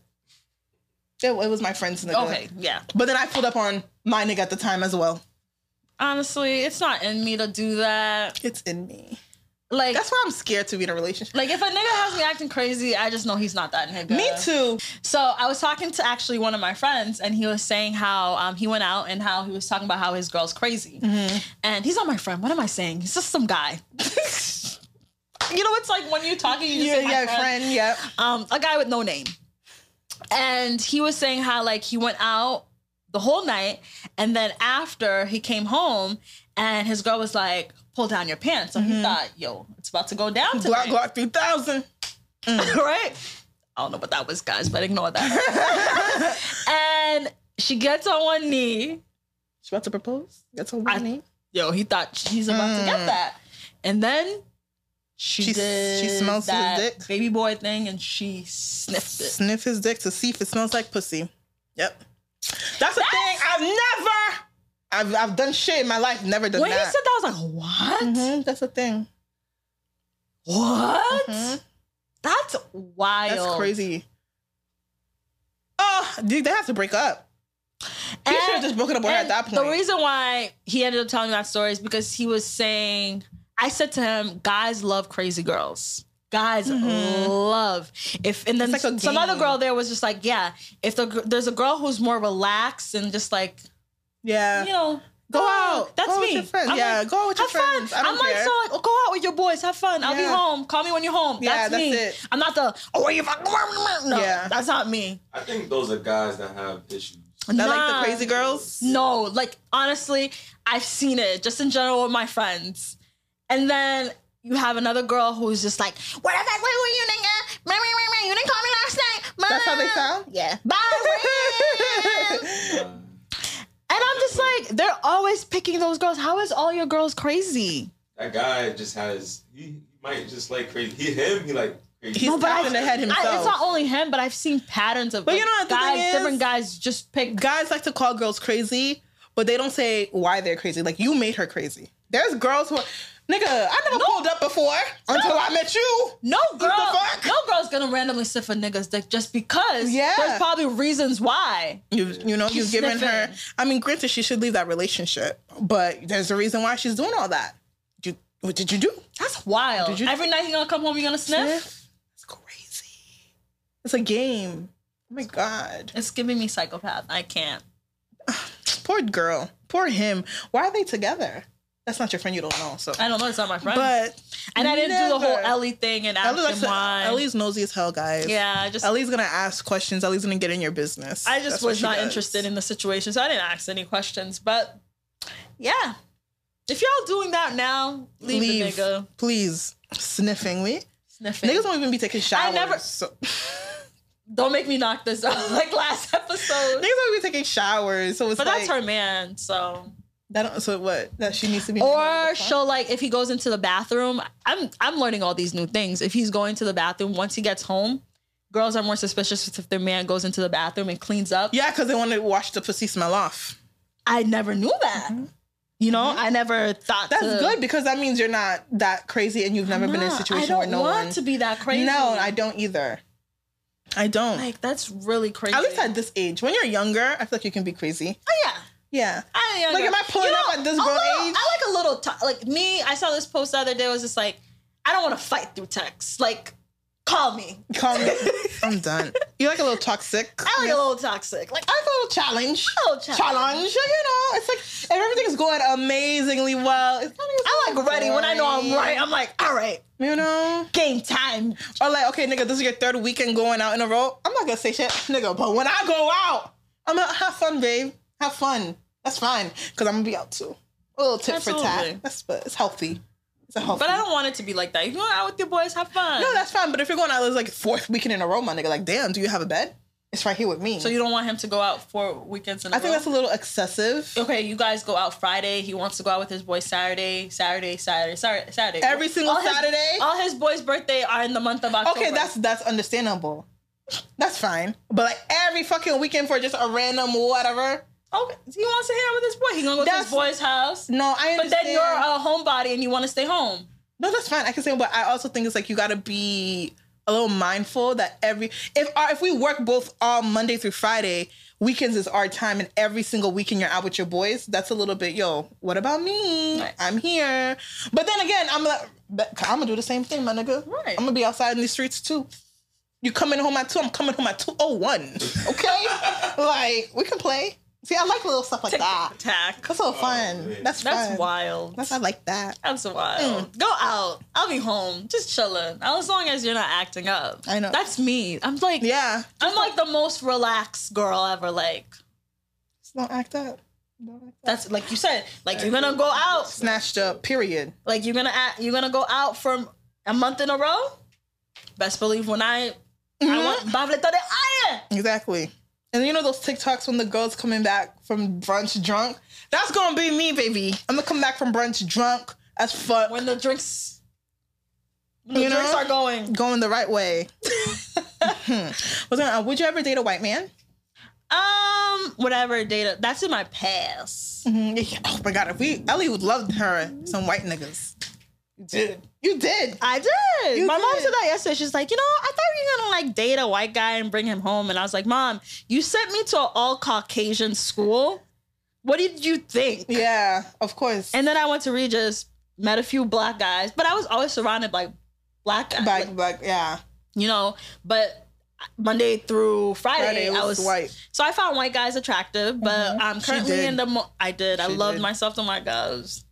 [SPEAKER 1] It, it was my friend's nigga.
[SPEAKER 2] okay, yeah.
[SPEAKER 1] But then I pulled up on my nigga at the time as well.
[SPEAKER 2] honestly, it's not in me to do that.
[SPEAKER 1] It's in me.
[SPEAKER 2] Like,
[SPEAKER 1] That's why I'm scared to be in a relationship.
[SPEAKER 2] like if a nigga has me acting crazy, I just know he's not that nigga.
[SPEAKER 1] Me too.
[SPEAKER 2] So I was talking to actually one of my friends, and he was saying how um, he went out and how he was talking about how his girl's crazy,
[SPEAKER 1] Mm-hmm.
[SPEAKER 2] and he's not my friend. What am I saying? He's just some guy. you know, it's like when you're talking, you just
[SPEAKER 1] Yeah,
[SPEAKER 2] say my
[SPEAKER 1] yeah, friend. Yep.
[SPEAKER 2] um, a guy with no name. And he was saying how like he went out the whole night, and then after he came home, and his girl was like, "Pull down your pants." So he thought, "Yo, it's about to go down
[SPEAKER 1] Glock
[SPEAKER 2] tonight,
[SPEAKER 1] Glock 3000.
[SPEAKER 2] right?" I don't know what that was, guys, but ignore that. and she gets on one knee.
[SPEAKER 1] She about to propose. That's what
[SPEAKER 2] I-
[SPEAKER 1] I need.
[SPEAKER 2] Yo, he thought he's about to get that, and then. She,
[SPEAKER 1] She s-
[SPEAKER 2] did
[SPEAKER 1] she smells his
[SPEAKER 2] that
[SPEAKER 1] dick?
[SPEAKER 2] baby boy thing, and she sniffed it.
[SPEAKER 1] Sniff his dick to see if it smells like pussy. Yep. That's a thing I've never. I've, I've done shit in my life. Never done
[SPEAKER 2] When he
[SPEAKER 1] that.
[SPEAKER 2] said that, I was like, "What?"
[SPEAKER 1] Mhm, that's a thing. Mhm.
[SPEAKER 2] What? Mm-hmm. That's wild.
[SPEAKER 1] That's crazy. Oh, dude, they have to break up. He
[SPEAKER 2] And-
[SPEAKER 1] should have just broken up with her at
[SPEAKER 2] and
[SPEAKER 1] that point.
[SPEAKER 2] The reason why he ended up telling that story is because he was saying, I said to him, guys love crazy girls. Guys love if and then
[SPEAKER 1] Mm-hmm. It's like a
[SPEAKER 2] some other
[SPEAKER 1] game.
[SPEAKER 2] girl there was just like yeah if the gr- there's a girl who's more relaxed and just like
[SPEAKER 1] yeah.
[SPEAKER 2] you know
[SPEAKER 1] Go out.
[SPEAKER 2] that's
[SPEAKER 1] Go out
[SPEAKER 2] me
[SPEAKER 1] with your friends.
[SPEAKER 2] I'm
[SPEAKER 1] Yeah,
[SPEAKER 2] like,
[SPEAKER 1] go out with your
[SPEAKER 2] have fun.
[SPEAKER 1] friends. I don't
[SPEAKER 2] I'm
[SPEAKER 1] care.
[SPEAKER 2] like so like oh, go out with your boys have fun I'll be
[SPEAKER 1] Yeah.
[SPEAKER 2] home call me when you're home
[SPEAKER 1] Yeah,
[SPEAKER 2] that's,
[SPEAKER 1] that's
[SPEAKER 2] me
[SPEAKER 1] it.
[SPEAKER 2] I'm not the oh where you fucking no
[SPEAKER 1] Yeah.
[SPEAKER 2] that's not me
[SPEAKER 3] I think those are guys that have issues.
[SPEAKER 1] That
[SPEAKER 2] Nah.
[SPEAKER 1] like the crazy girls.
[SPEAKER 2] No, like honestly, I've seen it just in general with my friends. And then you have another girl who's just like, "What the fuck? Where were you, nigga? Meh, meh, meh, meh. You didn't call me last night." Meh."
[SPEAKER 1] That's how they sound?
[SPEAKER 2] Yeah. Bye. meh.
[SPEAKER 3] Uh,
[SPEAKER 2] and I'm just like, they're always picking those girls. How is all your girls crazy?
[SPEAKER 3] that guy just has. He, he might just like crazy. He him. He like crazy.
[SPEAKER 1] He's No, but I- tapping the head
[SPEAKER 2] I,
[SPEAKER 1] himself.
[SPEAKER 2] it's not only him, but I've seen patterns of
[SPEAKER 1] But you
[SPEAKER 2] like,
[SPEAKER 1] know what the
[SPEAKER 2] guys,
[SPEAKER 1] thing is?
[SPEAKER 2] different guys just pick.
[SPEAKER 1] Guys like to call girls crazy, but they don't say why they're crazy. Like you made her crazy. There's girls who, are, nigga, I never pulled up before until I met you.
[SPEAKER 2] No girl,
[SPEAKER 1] fuck?
[SPEAKER 2] no girl's gonna randomly sniff a nigga's dick just because.
[SPEAKER 1] Yeah.
[SPEAKER 2] there's probably reasons why.
[SPEAKER 1] You you know you've given her.
[SPEAKER 2] sniffing.
[SPEAKER 1] I mean, granted, she should leave that relationship, but there's a reason why she's doing all that. You, what did you do?
[SPEAKER 2] That's wild.
[SPEAKER 1] Did you-
[SPEAKER 2] Every night you gonna come home, you gonna sniff?
[SPEAKER 1] It's crazy. It's a game. Oh my god.
[SPEAKER 2] It's giving me psychopath. I can't.
[SPEAKER 1] Poor girl. Poor him. Why are they together? That's not your friend. You don't know. So,
[SPEAKER 2] I don't know. It's not my friend.
[SPEAKER 1] but
[SPEAKER 2] and I didn't do the whole
[SPEAKER 1] never.
[SPEAKER 2] Ellie thing and
[SPEAKER 1] Ellie likes
[SPEAKER 2] action
[SPEAKER 1] to-
[SPEAKER 2] why.
[SPEAKER 1] Ellie's nosy as hell, guys.
[SPEAKER 2] yeah, I just
[SPEAKER 1] Ellie's gonna ask questions. Ellie's gonna get in your business.
[SPEAKER 2] I just
[SPEAKER 1] That's what
[SPEAKER 2] was
[SPEAKER 1] she
[SPEAKER 2] not
[SPEAKER 1] does.
[SPEAKER 2] interested in the situation, so I didn't ask any questions. But yeah, if y'all doing that now, leave,
[SPEAKER 1] Leave,
[SPEAKER 2] the nigga
[SPEAKER 1] please. Sniffing, we
[SPEAKER 2] sniffing.
[SPEAKER 1] niggas don't even be taking showers.
[SPEAKER 2] never-
[SPEAKER 1] so-
[SPEAKER 2] don't make me knock this out like last episode.
[SPEAKER 1] niggas don't be taking showers. So it's
[SPEAKER 2] But
[SPEAKER 1] like,
[SPEAKER 2] that's her man, so
[SPEAKER 1] That don't, so what? That she needs to be.
[SPEAKER 2] Or she'll like if he goes into the bathroom. I'm I'm learning all these new things. If he's going to the bathroom once he gets home, girls are more suspicious if their man goes into the bathroom and cleans up.
[SPEAKER 1] Yeah, because they want to wash the pussy smell off.
[SPEAKER 2] I never knew that. You know, I never thought
[SPEAKER 1] Mm-hmm. That's
[SPEAKER 2] to-
[SPEAKER 1] good because that means you're not that crazy and you've never been in a
[SPEAKER 2] Nah, I
[SPEAKER 1] situation
[SPEAKER 2] don't
[SPEAKER 1] where no
[SPEAKER 2] want
[SPEAKER 1] one.
[SPEAKER 2] to be that crazy.
[SPEAKER 1] No, I don't either. I don't.
[SPEAKER 2] like that's really crazy.
[SPEAKER 1] at least at this age, when you're younger, I feel like you can be crazy.
[SPEAKER 2] oh yeah.
[SPEAKER 1] Yeah.
[SPEAKER 2] I am
[SPEAKER 1] Like,
[SPEAKER 2] younger.
[SPEAKER 1] am I pulling up at this
[SPEAKER 2] a
[SPEAKER 1] grown
[SPEAKER 2] little-
[SPEAKER 1] age?
[SPEAKER 2] I like a little t- like me. I saw this post the other day. It was just like, I don't want to fight through text. Like, call me.
[SPEAKER 1] Call me. I'm done. You're like a little toxic.
[SPEAKER 2] I like a little toxic. Like,
[SPEAKER 1] I like a little challenge.
[SPEAKER 2] A little challenge.
[SPEAKER 1] Challenge, you know. It's like if everything's going amazingly well, it's not even
[SPEAKER 2] I like ready when I know I'm
[SPEAKER 1] boring,
[SPEAKER 2] right. I'm like, all right,
[SPEAKER 1] You know?
[SPEAKER 2] game time.
[SPEAKER 1] Or like, okay, nigga, this is your third weekend going out in a row. I'm not gonna say shit, nigga. But when I go out, I'm gonna have fun, babe. Have fun. That's fine, cause I'm gonna be out too. A little tip for
[SPEAKER 2] Absolutely.
[SPEAKER 1] tat. That's but it's healthy. It's a healthy.
[SPEAKER 2] But I don't want it to be like that. If you want out with your boys, have fun.
[SPEAKER 1] No, that's fine. But if you're going out, it's like fourth weekend in a row, my nigga. Like, damn, do you have a bed? It's right here with me.
[SPEAKER 2] so you don't want him to go out four weekends in a
[SPEAKER 1] I think
[SPEAKER 2] row?
[SPEAKER 1] that's a little excessive.
[SPEAKER 2] Okay, you guys go out Friday. He wants to go out with his boys Saturday, Saturday, Saturday, Saturday, Saturday.
[SPEAKER 1] Every single
[SPEAKER 2] his-
[SPEAKER 1] Saturday?
[SPEAKER 2] all his boys' birthday are in the month of October.
[SPEAKER 1] Okay, that's that's understandable. That's fine. But like every fucking weekend for just a random whatever.
[SPEAKER 2] okay. He wants to hang out with his boy. He gonna go to
[SPEAKER 1] That's-
[SPEAKER 2] his boy's house.
[SPEAKER 1] No, I
[SPEAKER 2] But
[SPEAKER 1] understand.
[SPEAKER 2] then you're a homebody and you want to stay home.
[SPEAKER 1] No, that's fine. I can say, but I also think it's like you gotta be a a little mindful that every if our, if we work both all Monday through Friday, weekends is our time, and every single weekend you're out with your boys. That's a little bit, yo. What about me?
[SPEAKER 2] Right.
[SPEAKER 1] I'm here, but then again, I'm like, but I'm gonna do the same thing, my nigga.
[SPEAKER 2] Right.
[SPEAKER 1] I'm gonna be outside in these streets too. You coming home at two? I'm coming home at two oh one. Okay, like we can play. See, I like little stuff like that.
[SPEAKER 2] Tack.
[SPEAKER 1] That's so fun.
[SPEAKER 3] man.
[SPEAKER 1] That's
[SPEAKER 2] That's
[SPEAKER 1] fun.
[SPEAKER 2] wild.
[SPEAKER 1] That's I like that.
[SPEAKER 2] That's wild. Mm. Go out. I'll be home. Just chilling. As long as you're not acting up.
[SPEAKER 1] I know.
[SPEAKER 2] That's me. I'm like,
[SPEAKER 1] Yeah.
[SPEAKER 2] I'm like the most relaxed girl ever. Like,
[SPEAKER 1] Just don't act up. Don't act up.
[SPEAKER 2] that's like you said. Like you're gonna go out.
[SPEAKER 1] Snatched up. Period.
[SPEAKER 2] Like you're gonna act, you're gonna go out for a month in a row. Best believe when I I want
[SPEAKER 1] Mm-hmm.
[SPEAKER 2] Bavleta de Aye.
[SPEAKER 1] Exactly. And you know those TikToks when the girls coming back from brunch drunk? That's gonna be me, baby. I'm gonna come back from brunch drunk as fuck,
[SPEAKER 2] When the drinks, when the
[SPEAKER 1] You know?
[SPEAKER 2] drinks are going.
[SPEAKER 1] going the right way. Was gonna- uh, would you ever date a white man?
[SPEAKER 2] Um, whatever data. That's in my past.
[SPEAKER 1] Mhm. Oh my god, if we Ellie would love her some white niggas. You did. You did.
[SPEAKER 2] I did.
[SPEAKER 1] You
[SPEAKER 2] my mom
[SPEAKER 1] did.
[SPEAKER 2] said that yesterday. She's like, you know, I thought you were gonna like date a white guy and bring him home. And I was like, Mom, you sent me to an all Caucasian school. What did you think?
[SPEAKER 1] Yeah, of course.
[SPEAKER 2] And then I went to Regis, met a few black guys, but I was always surrounded by black guys.
[SPEAKER 1] Black,
[SPEAKER 2] like,
[SPEAKER 1] black, yeah.
[SPEAKER 2] you know, but Monday through Friday,
[SPEAKER 1] Friday
[SPEAKER 2] I
[SPEAKER 1] was
[SPEAKER 2] was
[SPEAKER 1] white.
[SPEAKER 2] So I found white guys attractive, but um, currently
[SPEAKER 1] Mm-hmm. did.
[SPEAKER 2] in the mo- I did. I
[SPEAKER 1] She
[SPEAKER 2] loved
[SPEAKER 1] did.
[SPEAKER 2] myself to my guys.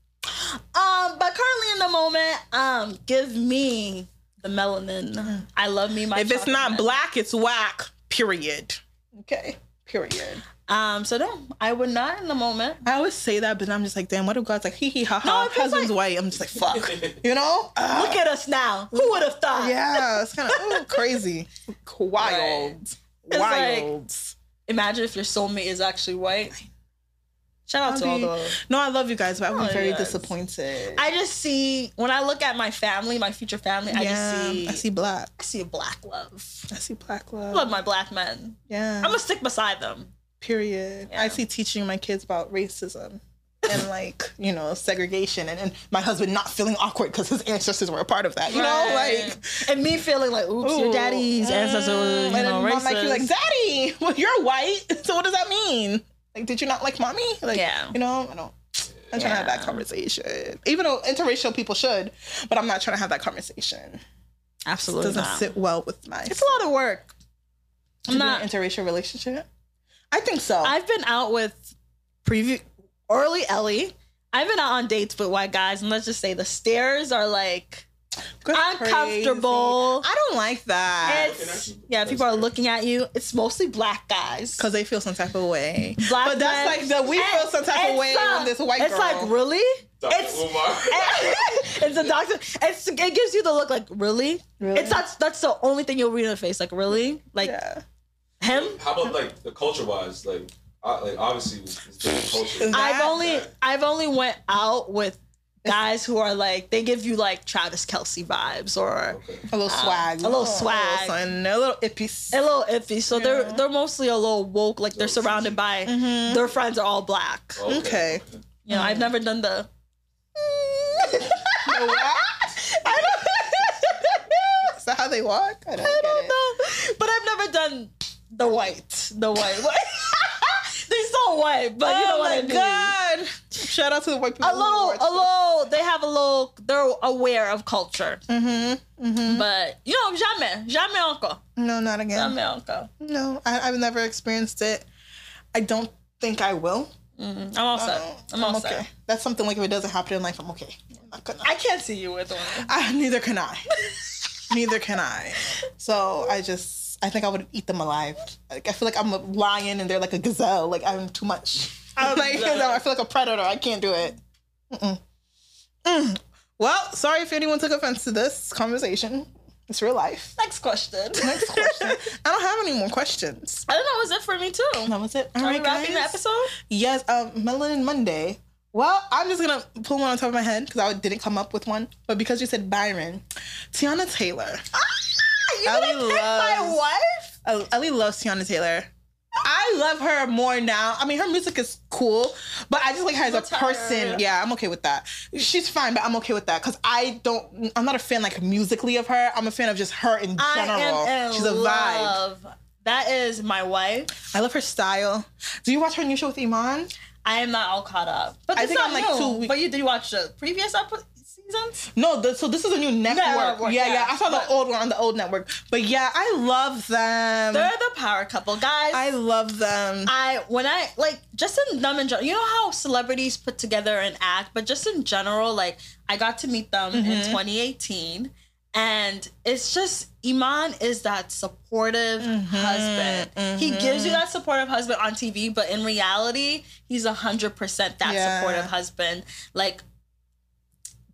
[SPEAKER 2] Um, but currently in the moment, um, give me the melanin. I love me my.
[SPEAKER 1] If it's
[SPEAKER 2] chocolate
[SPEAKER 1] not
[SPEAKER 2] milk.
[SPEAKER 1] black, it's whack. Period. Okay. Period.
[SPEAKER 2] um, so no, I would not in the moment.
[SPEAKER 1] I always say that, but then I'm just like, damn, what if God's like, hee hee ha
[SPEAKER 2] No,
[SPEAKER 1] ha,
[SPEAKER 2] it feels
[SPEAKER 1] husband's white? I'm just like, fuck. You know? Ugh.
[SPEAKER 2] Look at us now. Who would have thought?
[SPEAKER 1] yeah, it's kind of crazy. Wild.
[SPEAKER 2] It's like-
[SPEAKER 1] Wild.
[SPEAKER 2] Imagine if your soulmate is actually white. Shout out to all
[SPEAKER 1] I'll
[SPEAKER 2] those.
[SPEAKER 1] be- no, I love you guys, but I'm
[SPEAKER 2] Oh,
[SPEAKER 1] very
[SPEAKER 2] yes.
[SPEAKER 1] disappointed.
[SPEAKER 2] I just see when I look at my family, my future family, I just see
[SPEAKER 1] I see black.
[SPEAKER 2] I see a black love.
[SPEAKER 1] I see black love.
[SPEAKER 2] I love my black men.
[SPEAKER 1] yeah.
[SPEAKER 2] I'm gonna stick beside them.
[SPEAKER 1] period.
[SPEAKER 2] Yeah.
[SPEAKER 1] I see teaching my kids about racism and like, you know, segregation and, and my husband not feeling awkward because his ancestors were a part of that. You know, like
[SPEAKER 2] and me feeling like, oops, your
[SPEAKER 1] Ooh. uh,
[SPEAKER 2] daddy's ancestor was, you
[SPEAKER 1] and
[SPEAKER 2] know,
[SPEAKER 1] then mom might
[SPEAKER 2] racist.
[SPEAKER 1] be like, "Daddy, well, you're white, so what does that mean? Like, did you not like mommy? Like,
[SPEAKER 2] Yeah.
[SPEAKER 1] you know, I don't. I'm trying to have that
[SPEAKER 2] Yeah.
[SPEAKER 1] conversation. Even though interracial people should, but I'm not trying to have that conversation. It
[SPEAKER 2] Absolutely
[SPEAKER 1] doesn't
[SPEAKER 2] not.
[SPEAKER 1] sit well with my.
[SPEAKER 2] It's a lot of work.
[SPEAKER 1] to
[SPEAKER 2] I'm
[SPEAKER 1] be
[SPEAKER 2] not.
[SPEAKER 1] an interracial relationship. I think so.
[SPEAKER 2] I've been out with preview early Ellie. I've been out on dates with white guys, and let's just say the stairs are like
[SPEAKER 1] Good
[SPEAKER 2] uncomfortable.
[SPEAKER 1] crazy. I don't like that
[SPEAKER 2] it's yeah, people are looking at you. It's mostly black guys.
[SPEAKER 1] because they feel some type of way.
[SPEAKER 2] Black
[SPEAKER 1] but that's
[SPEAKER 2] men-
[SPEAKER 1] like the we feel
[SPEAKER 2] and-
[SPEAKER 1] some type of
[SPEAKER 2] and
[SPEAKER 1] way
[SPEAKER 2] some-
[SPEAKER 1] on this white
[SPEAKER 2] It's
[SPEAKER 1] girl.
[SPEAKER 2] like really. It's- it's a doctor. It's, it gives you the look like really?
[SPEAKER 1] Really?
[SPEAKER 2] It's that's that's the only thing you'll read in the face like really like
[SPEAKER 1] yeah.
[SPEAKER 2] him.
[SPEAKER 3] How about like the culture wise? Like, uh, like obviously it's it's different culture.
[SPEAKER 1] That-
[SPEAKER 2] I've only
[SPEAKER 3] that-
[SPEAKER 2] I've only went out with guys who are like they give you like Travis Kelsey vibes or
[SPEAKER 3] Okay.
[SPEAKER 1] A little swag.
[SPEAKER 2] uh, a little
[SPEAKER 1] Oh,
[SPEAKER 2] swag.
[SPEAKER 1] something, a little ippy.
[SPEAKER 2] a little iffy. So they're
[SPEAKER 1] Yeah. Mm-hmm.
[SPEAKER 2] they're mostly a little woke. Like they're
[SPEAKER 3] Little
[SPEAKER 2] surrounded
[SPEAKER 3] sensi-
[SPEAKER 2] by their friends are all black.
[SPEAKER 1] Okay.
[SPEAKER 2] You
[SPEAKER 1] Mm-hmm.
[SPEAKER 2] know I've never done the.
[SPEAKER 1] The what? I don't. Is that how they walk? I don't,
[SPEAKER 2] I
[SPEAKER 1] get
[SPEAKER 2] don't
[SPEAKER 1] it.
[SPEAKER 2] know. But I've never done the white. The white. They're so white, but you know
[SPEAKER 1] Oh
[SPEAKER 2] what I
[SPEAKER 1] my
[SPEAKER 2] mean.
[SPEAKER 1] god! Shout out to the white people.
[SPEAKER 2] A little, a little. They have a little. They're aware of culture,
[SPEAKER 1] Mm-hmm. Mm-hmm.
[SPEAKER 2] but you know, jamais, jamais encore,
[SPEAKER 1] No, not again.
[SPEAKER 2] jamais encore.
[SPEAKER 1] No, I, I've never experienced it. I don't think I will.
[SPEAKER 2] Mm, I'm all set. I'm all
[SPEAKER 1] Mm-hmm. okay.
[SPEAKER 2] set.
[SPEAKER 1] That's something like if it doesn't happen in life, I'm okay. I'm not gonna.
[SPEAKER 2] I can't see you with one.
[SPEAKER 1] I, Ah, neither can I. neither can I. So I just, I think I would eat them alive. Like I feel like I'm a lion and they're like a gazelle. Like I'm too much.
[SPEAKER 2] Oh,
[SPEAKER 1] I'm like, you know, I feel like a predator. I can't do it. Mm-mm. Mm. Well, sorry if anyone took offense to this conversation. It's real life.
[SPEAKER 2] Next question.
[SPEAKER 1] Next question. I don't have any more questions.
[SPEAKER 2] I don't know. Was it for me too?
[SPEAKER 1] That was it. All
[SPEAKER 2] Are we
[SPEAKER 1] right,
[SPEAKER 2] wrapping the
[SPEAKER 1] guys.
[SPEAKER 2] episode?
[SPEAKER 1] Yes, um, Melanin Monday. Well, I'm just gonna pull one on top of my head because I didn't come up with one, but because you said Byron, Tiana Taylor.
[SPEAKER 2] Ah, You
[SPEAKER 1] Ellie
[SPEAKER 2] gonna pick my
[SPEAKER 1] loves-
[SPEAKER 2] wife?
[SPEAKER 1] El- Ellie loves Tiana Taylor. I love her more now. I mean, her music is cool, but I just like her as a
[SPEAKER 2] Retired.
[SPEAKER 1] person. Yeah, I'm okay with that. She's fine, but I'm okay with that because I don't. I'm not a fan like musically of her. I'm a fan of just her in
[SPEAKER 2] I
[SPEAKER 1] general.
[SPEAKER 2] am in
[SPEAKER 1] She's a vibe.
[SPEAKER 2] love. That is my wife.
[SPEAKER 1] I love her style. Do you watch her new show with Iman?
[SPEAKER 2] I am not all caught up. But
[SPEAKER 1] I
[SPEAKER 2] it's
[SPEAKER 1] think
[SPEAKER 2] not
[SPEAKER 1] I'm, like, two
[SPEAKER 2] new.
[SPEAKER 1] weeks- Mm-hmm.
[SPEAKER 2] But you did watch the previous episode seasons.
[SPEAKER 1] No, the, so this is a new network.
[SPEAKER 2] Network,
[SPEAKER 1] yeah, yeah,
[SPEAKER 2] yeah.
[SPEAKER 1] I saw
[SPEAKER 2] But-
[SPEAKER 1] the old one on the old network, but yeah, I love them.
[SPEAKER 2] They're the power couple, guys.
[SPEAKER 1] I love them.
[SPEAKER 2] I when I like just in them in general, you know how celebrities put together an act, but just in general, like I got to meet them in
[SPEAKER 1] Mm-hmm.
[SPEAKER 2] 2018, and it's just Iman is that supportive
[SPEAKER 1] Mm-hmm.
[SPEAKER 2] husband. He gives you that supportive husband on TV, but in reality, he's hundred percent that
[SPEAKER 1] Yeah.
[SPEAKER 2] supportive husband. Like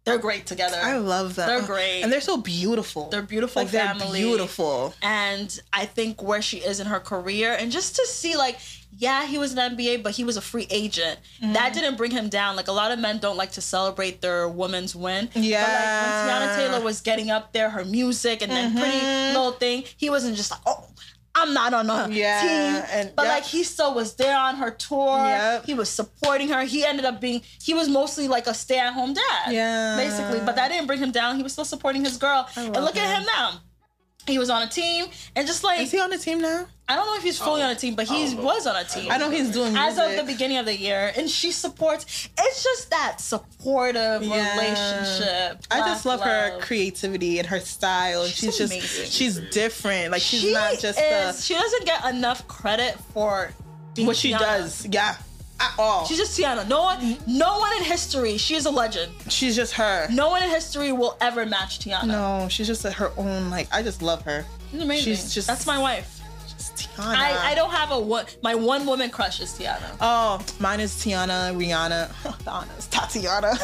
[SPEAKER 2] they're great together.
[SPEAKER 1] I love them.
[SPEAKER 2] They're great.
[SPEAKER 1] and they're so beautiful.
[SPEAKER 2] They're beautiful
[SPEAKER 1] like they're
[SPEAKER 2] family.
[SPEAKER 1] beautiful.
[SPEAKER 2] and I think where she is in her career, and just to see like, yeah, he was an NBA, but he was a free agent. That
[SPEAKER 1] Mm-hmm.
[SPEAKER 2] didn't bring him down. Like a lot of men don't like to celebrate their woman's win.
[SPEAKER 1] Yeah. Mm-hmm.
[SPEAKER 2] But like when Tiana Taylor was getting up there, her music and then pretty little thing, he wasn't just like, oh. I'm not on her
[SPEAKER 1] Yeah,
[SPEAKER 2] team,
[SPEAKER 1] and-
[SPEAKER 2] but
[SPEAKER 1] yep.
[SPEAKER 2] like he still was there on her tour.
[SPEAKER 1] Yep.
[SPEAKER 2] He was supporting her. He ended up being he was mostly like a stay-at-home dad,
[SPEAKER 1] Yeah.
[SPEAKER 2] basically. But that didn't bring him down. He was still supporting his girl. And
[SPEAKER 1] love
[SPEAKER 2] look at
[SPEAKER 1] him.
[SPEAKER 2] him now he was on a team and just like
[SPEAKER 1] Is he on the team now?
[SPEAKER 2] I don't know if he's fully
[SPEAKER 3] Oh,
[SPEAKER 2] on a team, but
[SPEAKER 3] I
[SPEAKER 2] he
[SPEAKER 3] don't know.
[SPEAKER 2] was on a
[SPEAKER 3] I
[SPEAKER 2] team.
[SPEAKER 1] I know he's doing music.
[SPEAKER 2] As of the beginning of the year, and she supports. It's just that supportive
[SPEAKER 1] Yeah.
[SPEAKER 2] relationship.
[SPEAKER 1] I just love,
[SPEAKER 2] Black
[SPEAKER 1] her
[SPEAKER 2] love.
[SPEAKER 1] creativity and her style. and she's
[SPEAKER 2] She's
[SPEAKER 1] just
[SPEAKER 2] amazing.
[SPEAKER 1] she's different. Like she's
[SPEAKER 2] she
[SPEAKER 1] not just
[SPEAKER 2] is.
[SPEAKER 1] the,
[SPEAKER 2] she doesn't get enough credit for being
[SPEAKER 1] what she
[SPEAKER 2] Tiana.
[SPEAKER 1] does. Yeah, at all.
[SPEAKER 2] She's
[SPEAKER 1] She's,
[SPEAKER 2] just Tiana. No one, no one in history. She is a legend.
[SPEAKER 1] just her.
[SPEAKER 2] No one in history will ever match Tiana.
[SPEAKER 1] No, she's just her own. Like I just love her.
[SPEAKER 2] She's amazing.
[SPEAKER 1] She's just-
[SPEAKER 2] That's my wife.
[SPEAKER 1] It's Tiana.
[SPEAKER 2] I, I don't have a one. My one woman crush is Tiana.
[SPEAKER 1] Oh, mine is Tiana, Rihanna, Donna's Tatiana.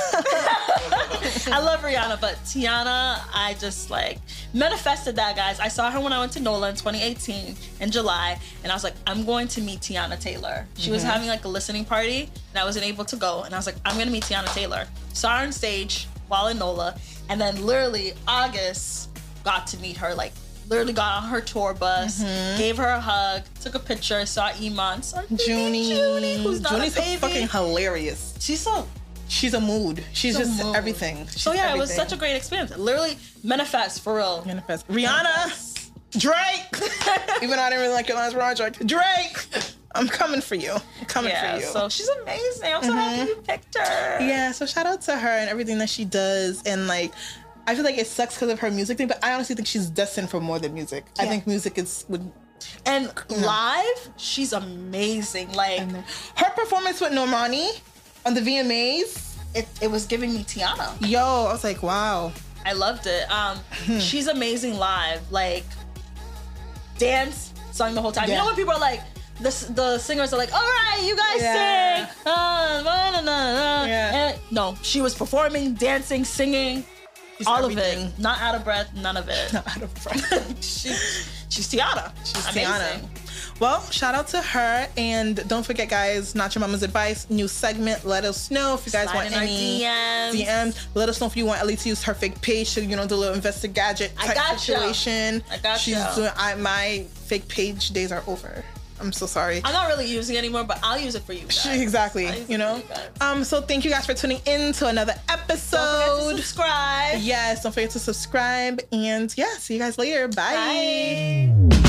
[SPEAKER 2] I love Rihanna, but Tiana, I just like manifested that, guys. I saw her when I went to NOLA in 2018 in July, and I was like, I'm going to meet Tiana Taylor. She was having like a listening party, and I wasn't able to go, and I was like, I'm gonna meet Tiana Taylor. Saw her on stage while in NOLA, and then literally August got to meet her like. Literally got on her tour bus, gave her a hug, took a picture, saw Iman, saw
[SPEAKER 1] Junie.
[SPEAKER 2] Junie, who's not
[SPEAKER 1] Junie's
[SPEAKER 2] a baby.
[SPEAKER 1] fucking hilarious.
[SPEAKER 2] She's so
[SPEAKER 1] She's a mood. She's
[SPEAKER 2] She's a
[SPEAKER 1] just
[SPEAKER 2] mood.
[SPEAKER 1] everything. She's
[SPEAKER 2] so Oh, yeah, it was
[SPEAKER 1] everything.
[SPEAKER 2] such a great experience. Literally manifest for real.
[SPEAKER 1] Manifest. Rihanna, Drake. Even though I didn't really like your last project, Drake, I'm coming for you. I'm coming
[SPEAKER 2] yeah,
[SPEAKER 1] for you. Mm-hmm.
[SPEAKER 2] so she's amazing. I'm so happy you picked her.
[SPEAKER 1] yeah, so shout out to her and everything that she does, and like. I feel like it sucks because of her music thing, but I honestly think she's destined for more than music. I
[SPEAKER 2] Yeah.
[SPEAKER 1] think music is would
[SPEAKER 2] And live, she's amazing. Like
[SPEAKER 1] her performance with Normani on the VMAs.
[SPEAKER 2] it, it was giving me Tiana.
[SPEAKER 1] Yo, I was like, wow.
[SPEAKER 2] I loved it. Um,
[SPEAKER 1] Hmm.
[SPEAKER 2] she's amazing live. Like dance sung the whole time. You
[SPEAKER 1] Yeah.
[SPEAKER 2] know when people are like. The, s- the singers are like, all right, you guys
[SPEAKER 1] Yeah.
[SPEAKER 2] sing. Uh, na, na, na, na."
[SPEAKER 1] Yeah.
[SPEAKER 2] And- no, she was performing, dancing, singing,
[SPEAKER 1] She's
[SPEAKER 2] all of
[SPEAKER 1] everything.
[SPEAKER 2] it. Not out of breath, none of it.
[SPEAKER 1] Not out of breath.
[SPEAKER 2] she, she's Tiana. She's
[SPEAKER 1] Tiana. Well, shout out to her, and don't forget, guys. Not your mama's advice. New segment. Let us know if you guys
[SPEAKER 2] Slide
[SPEAKER 1] want
[SPEAKER 2] in our
[SPEAKER 1] any
[SPEAKER 2] DMs.
[SPEAKER 1] DMs. Let us know if you want Ellie to use her fake page. So you know the little investor gadget
[SPEAKER 2] I
[SPEAKER 1] type
[SPEAKER 2] gotcha.
[SPEAKER 1] situation.
[SPEAKER 2] I gotcha.
[SPEAKER 1] She's doing. I, my fake page days are over. I'm so sorry.
[SPEAKER 2] I'm not really using it anymore, but I'll use it for you. Guys.
[SPEAKER 1] She- exactly.
[SPEAKER 2] I'll use it
[SPEAKER 1] You know.
[SPEAKER 2] for you guys.
[SPEAKER 1] Um. So thank you guys for tuning in to another
[SPEAKER 2] Don't forget to
[SPEAKER 1] episode.
[SPEAKER 2] subscribe.
[SPEAKER 1] Yes. Don't forget to subscribe, and yeah. See you guys later. Bye.
[SPEAKER 2] Bye.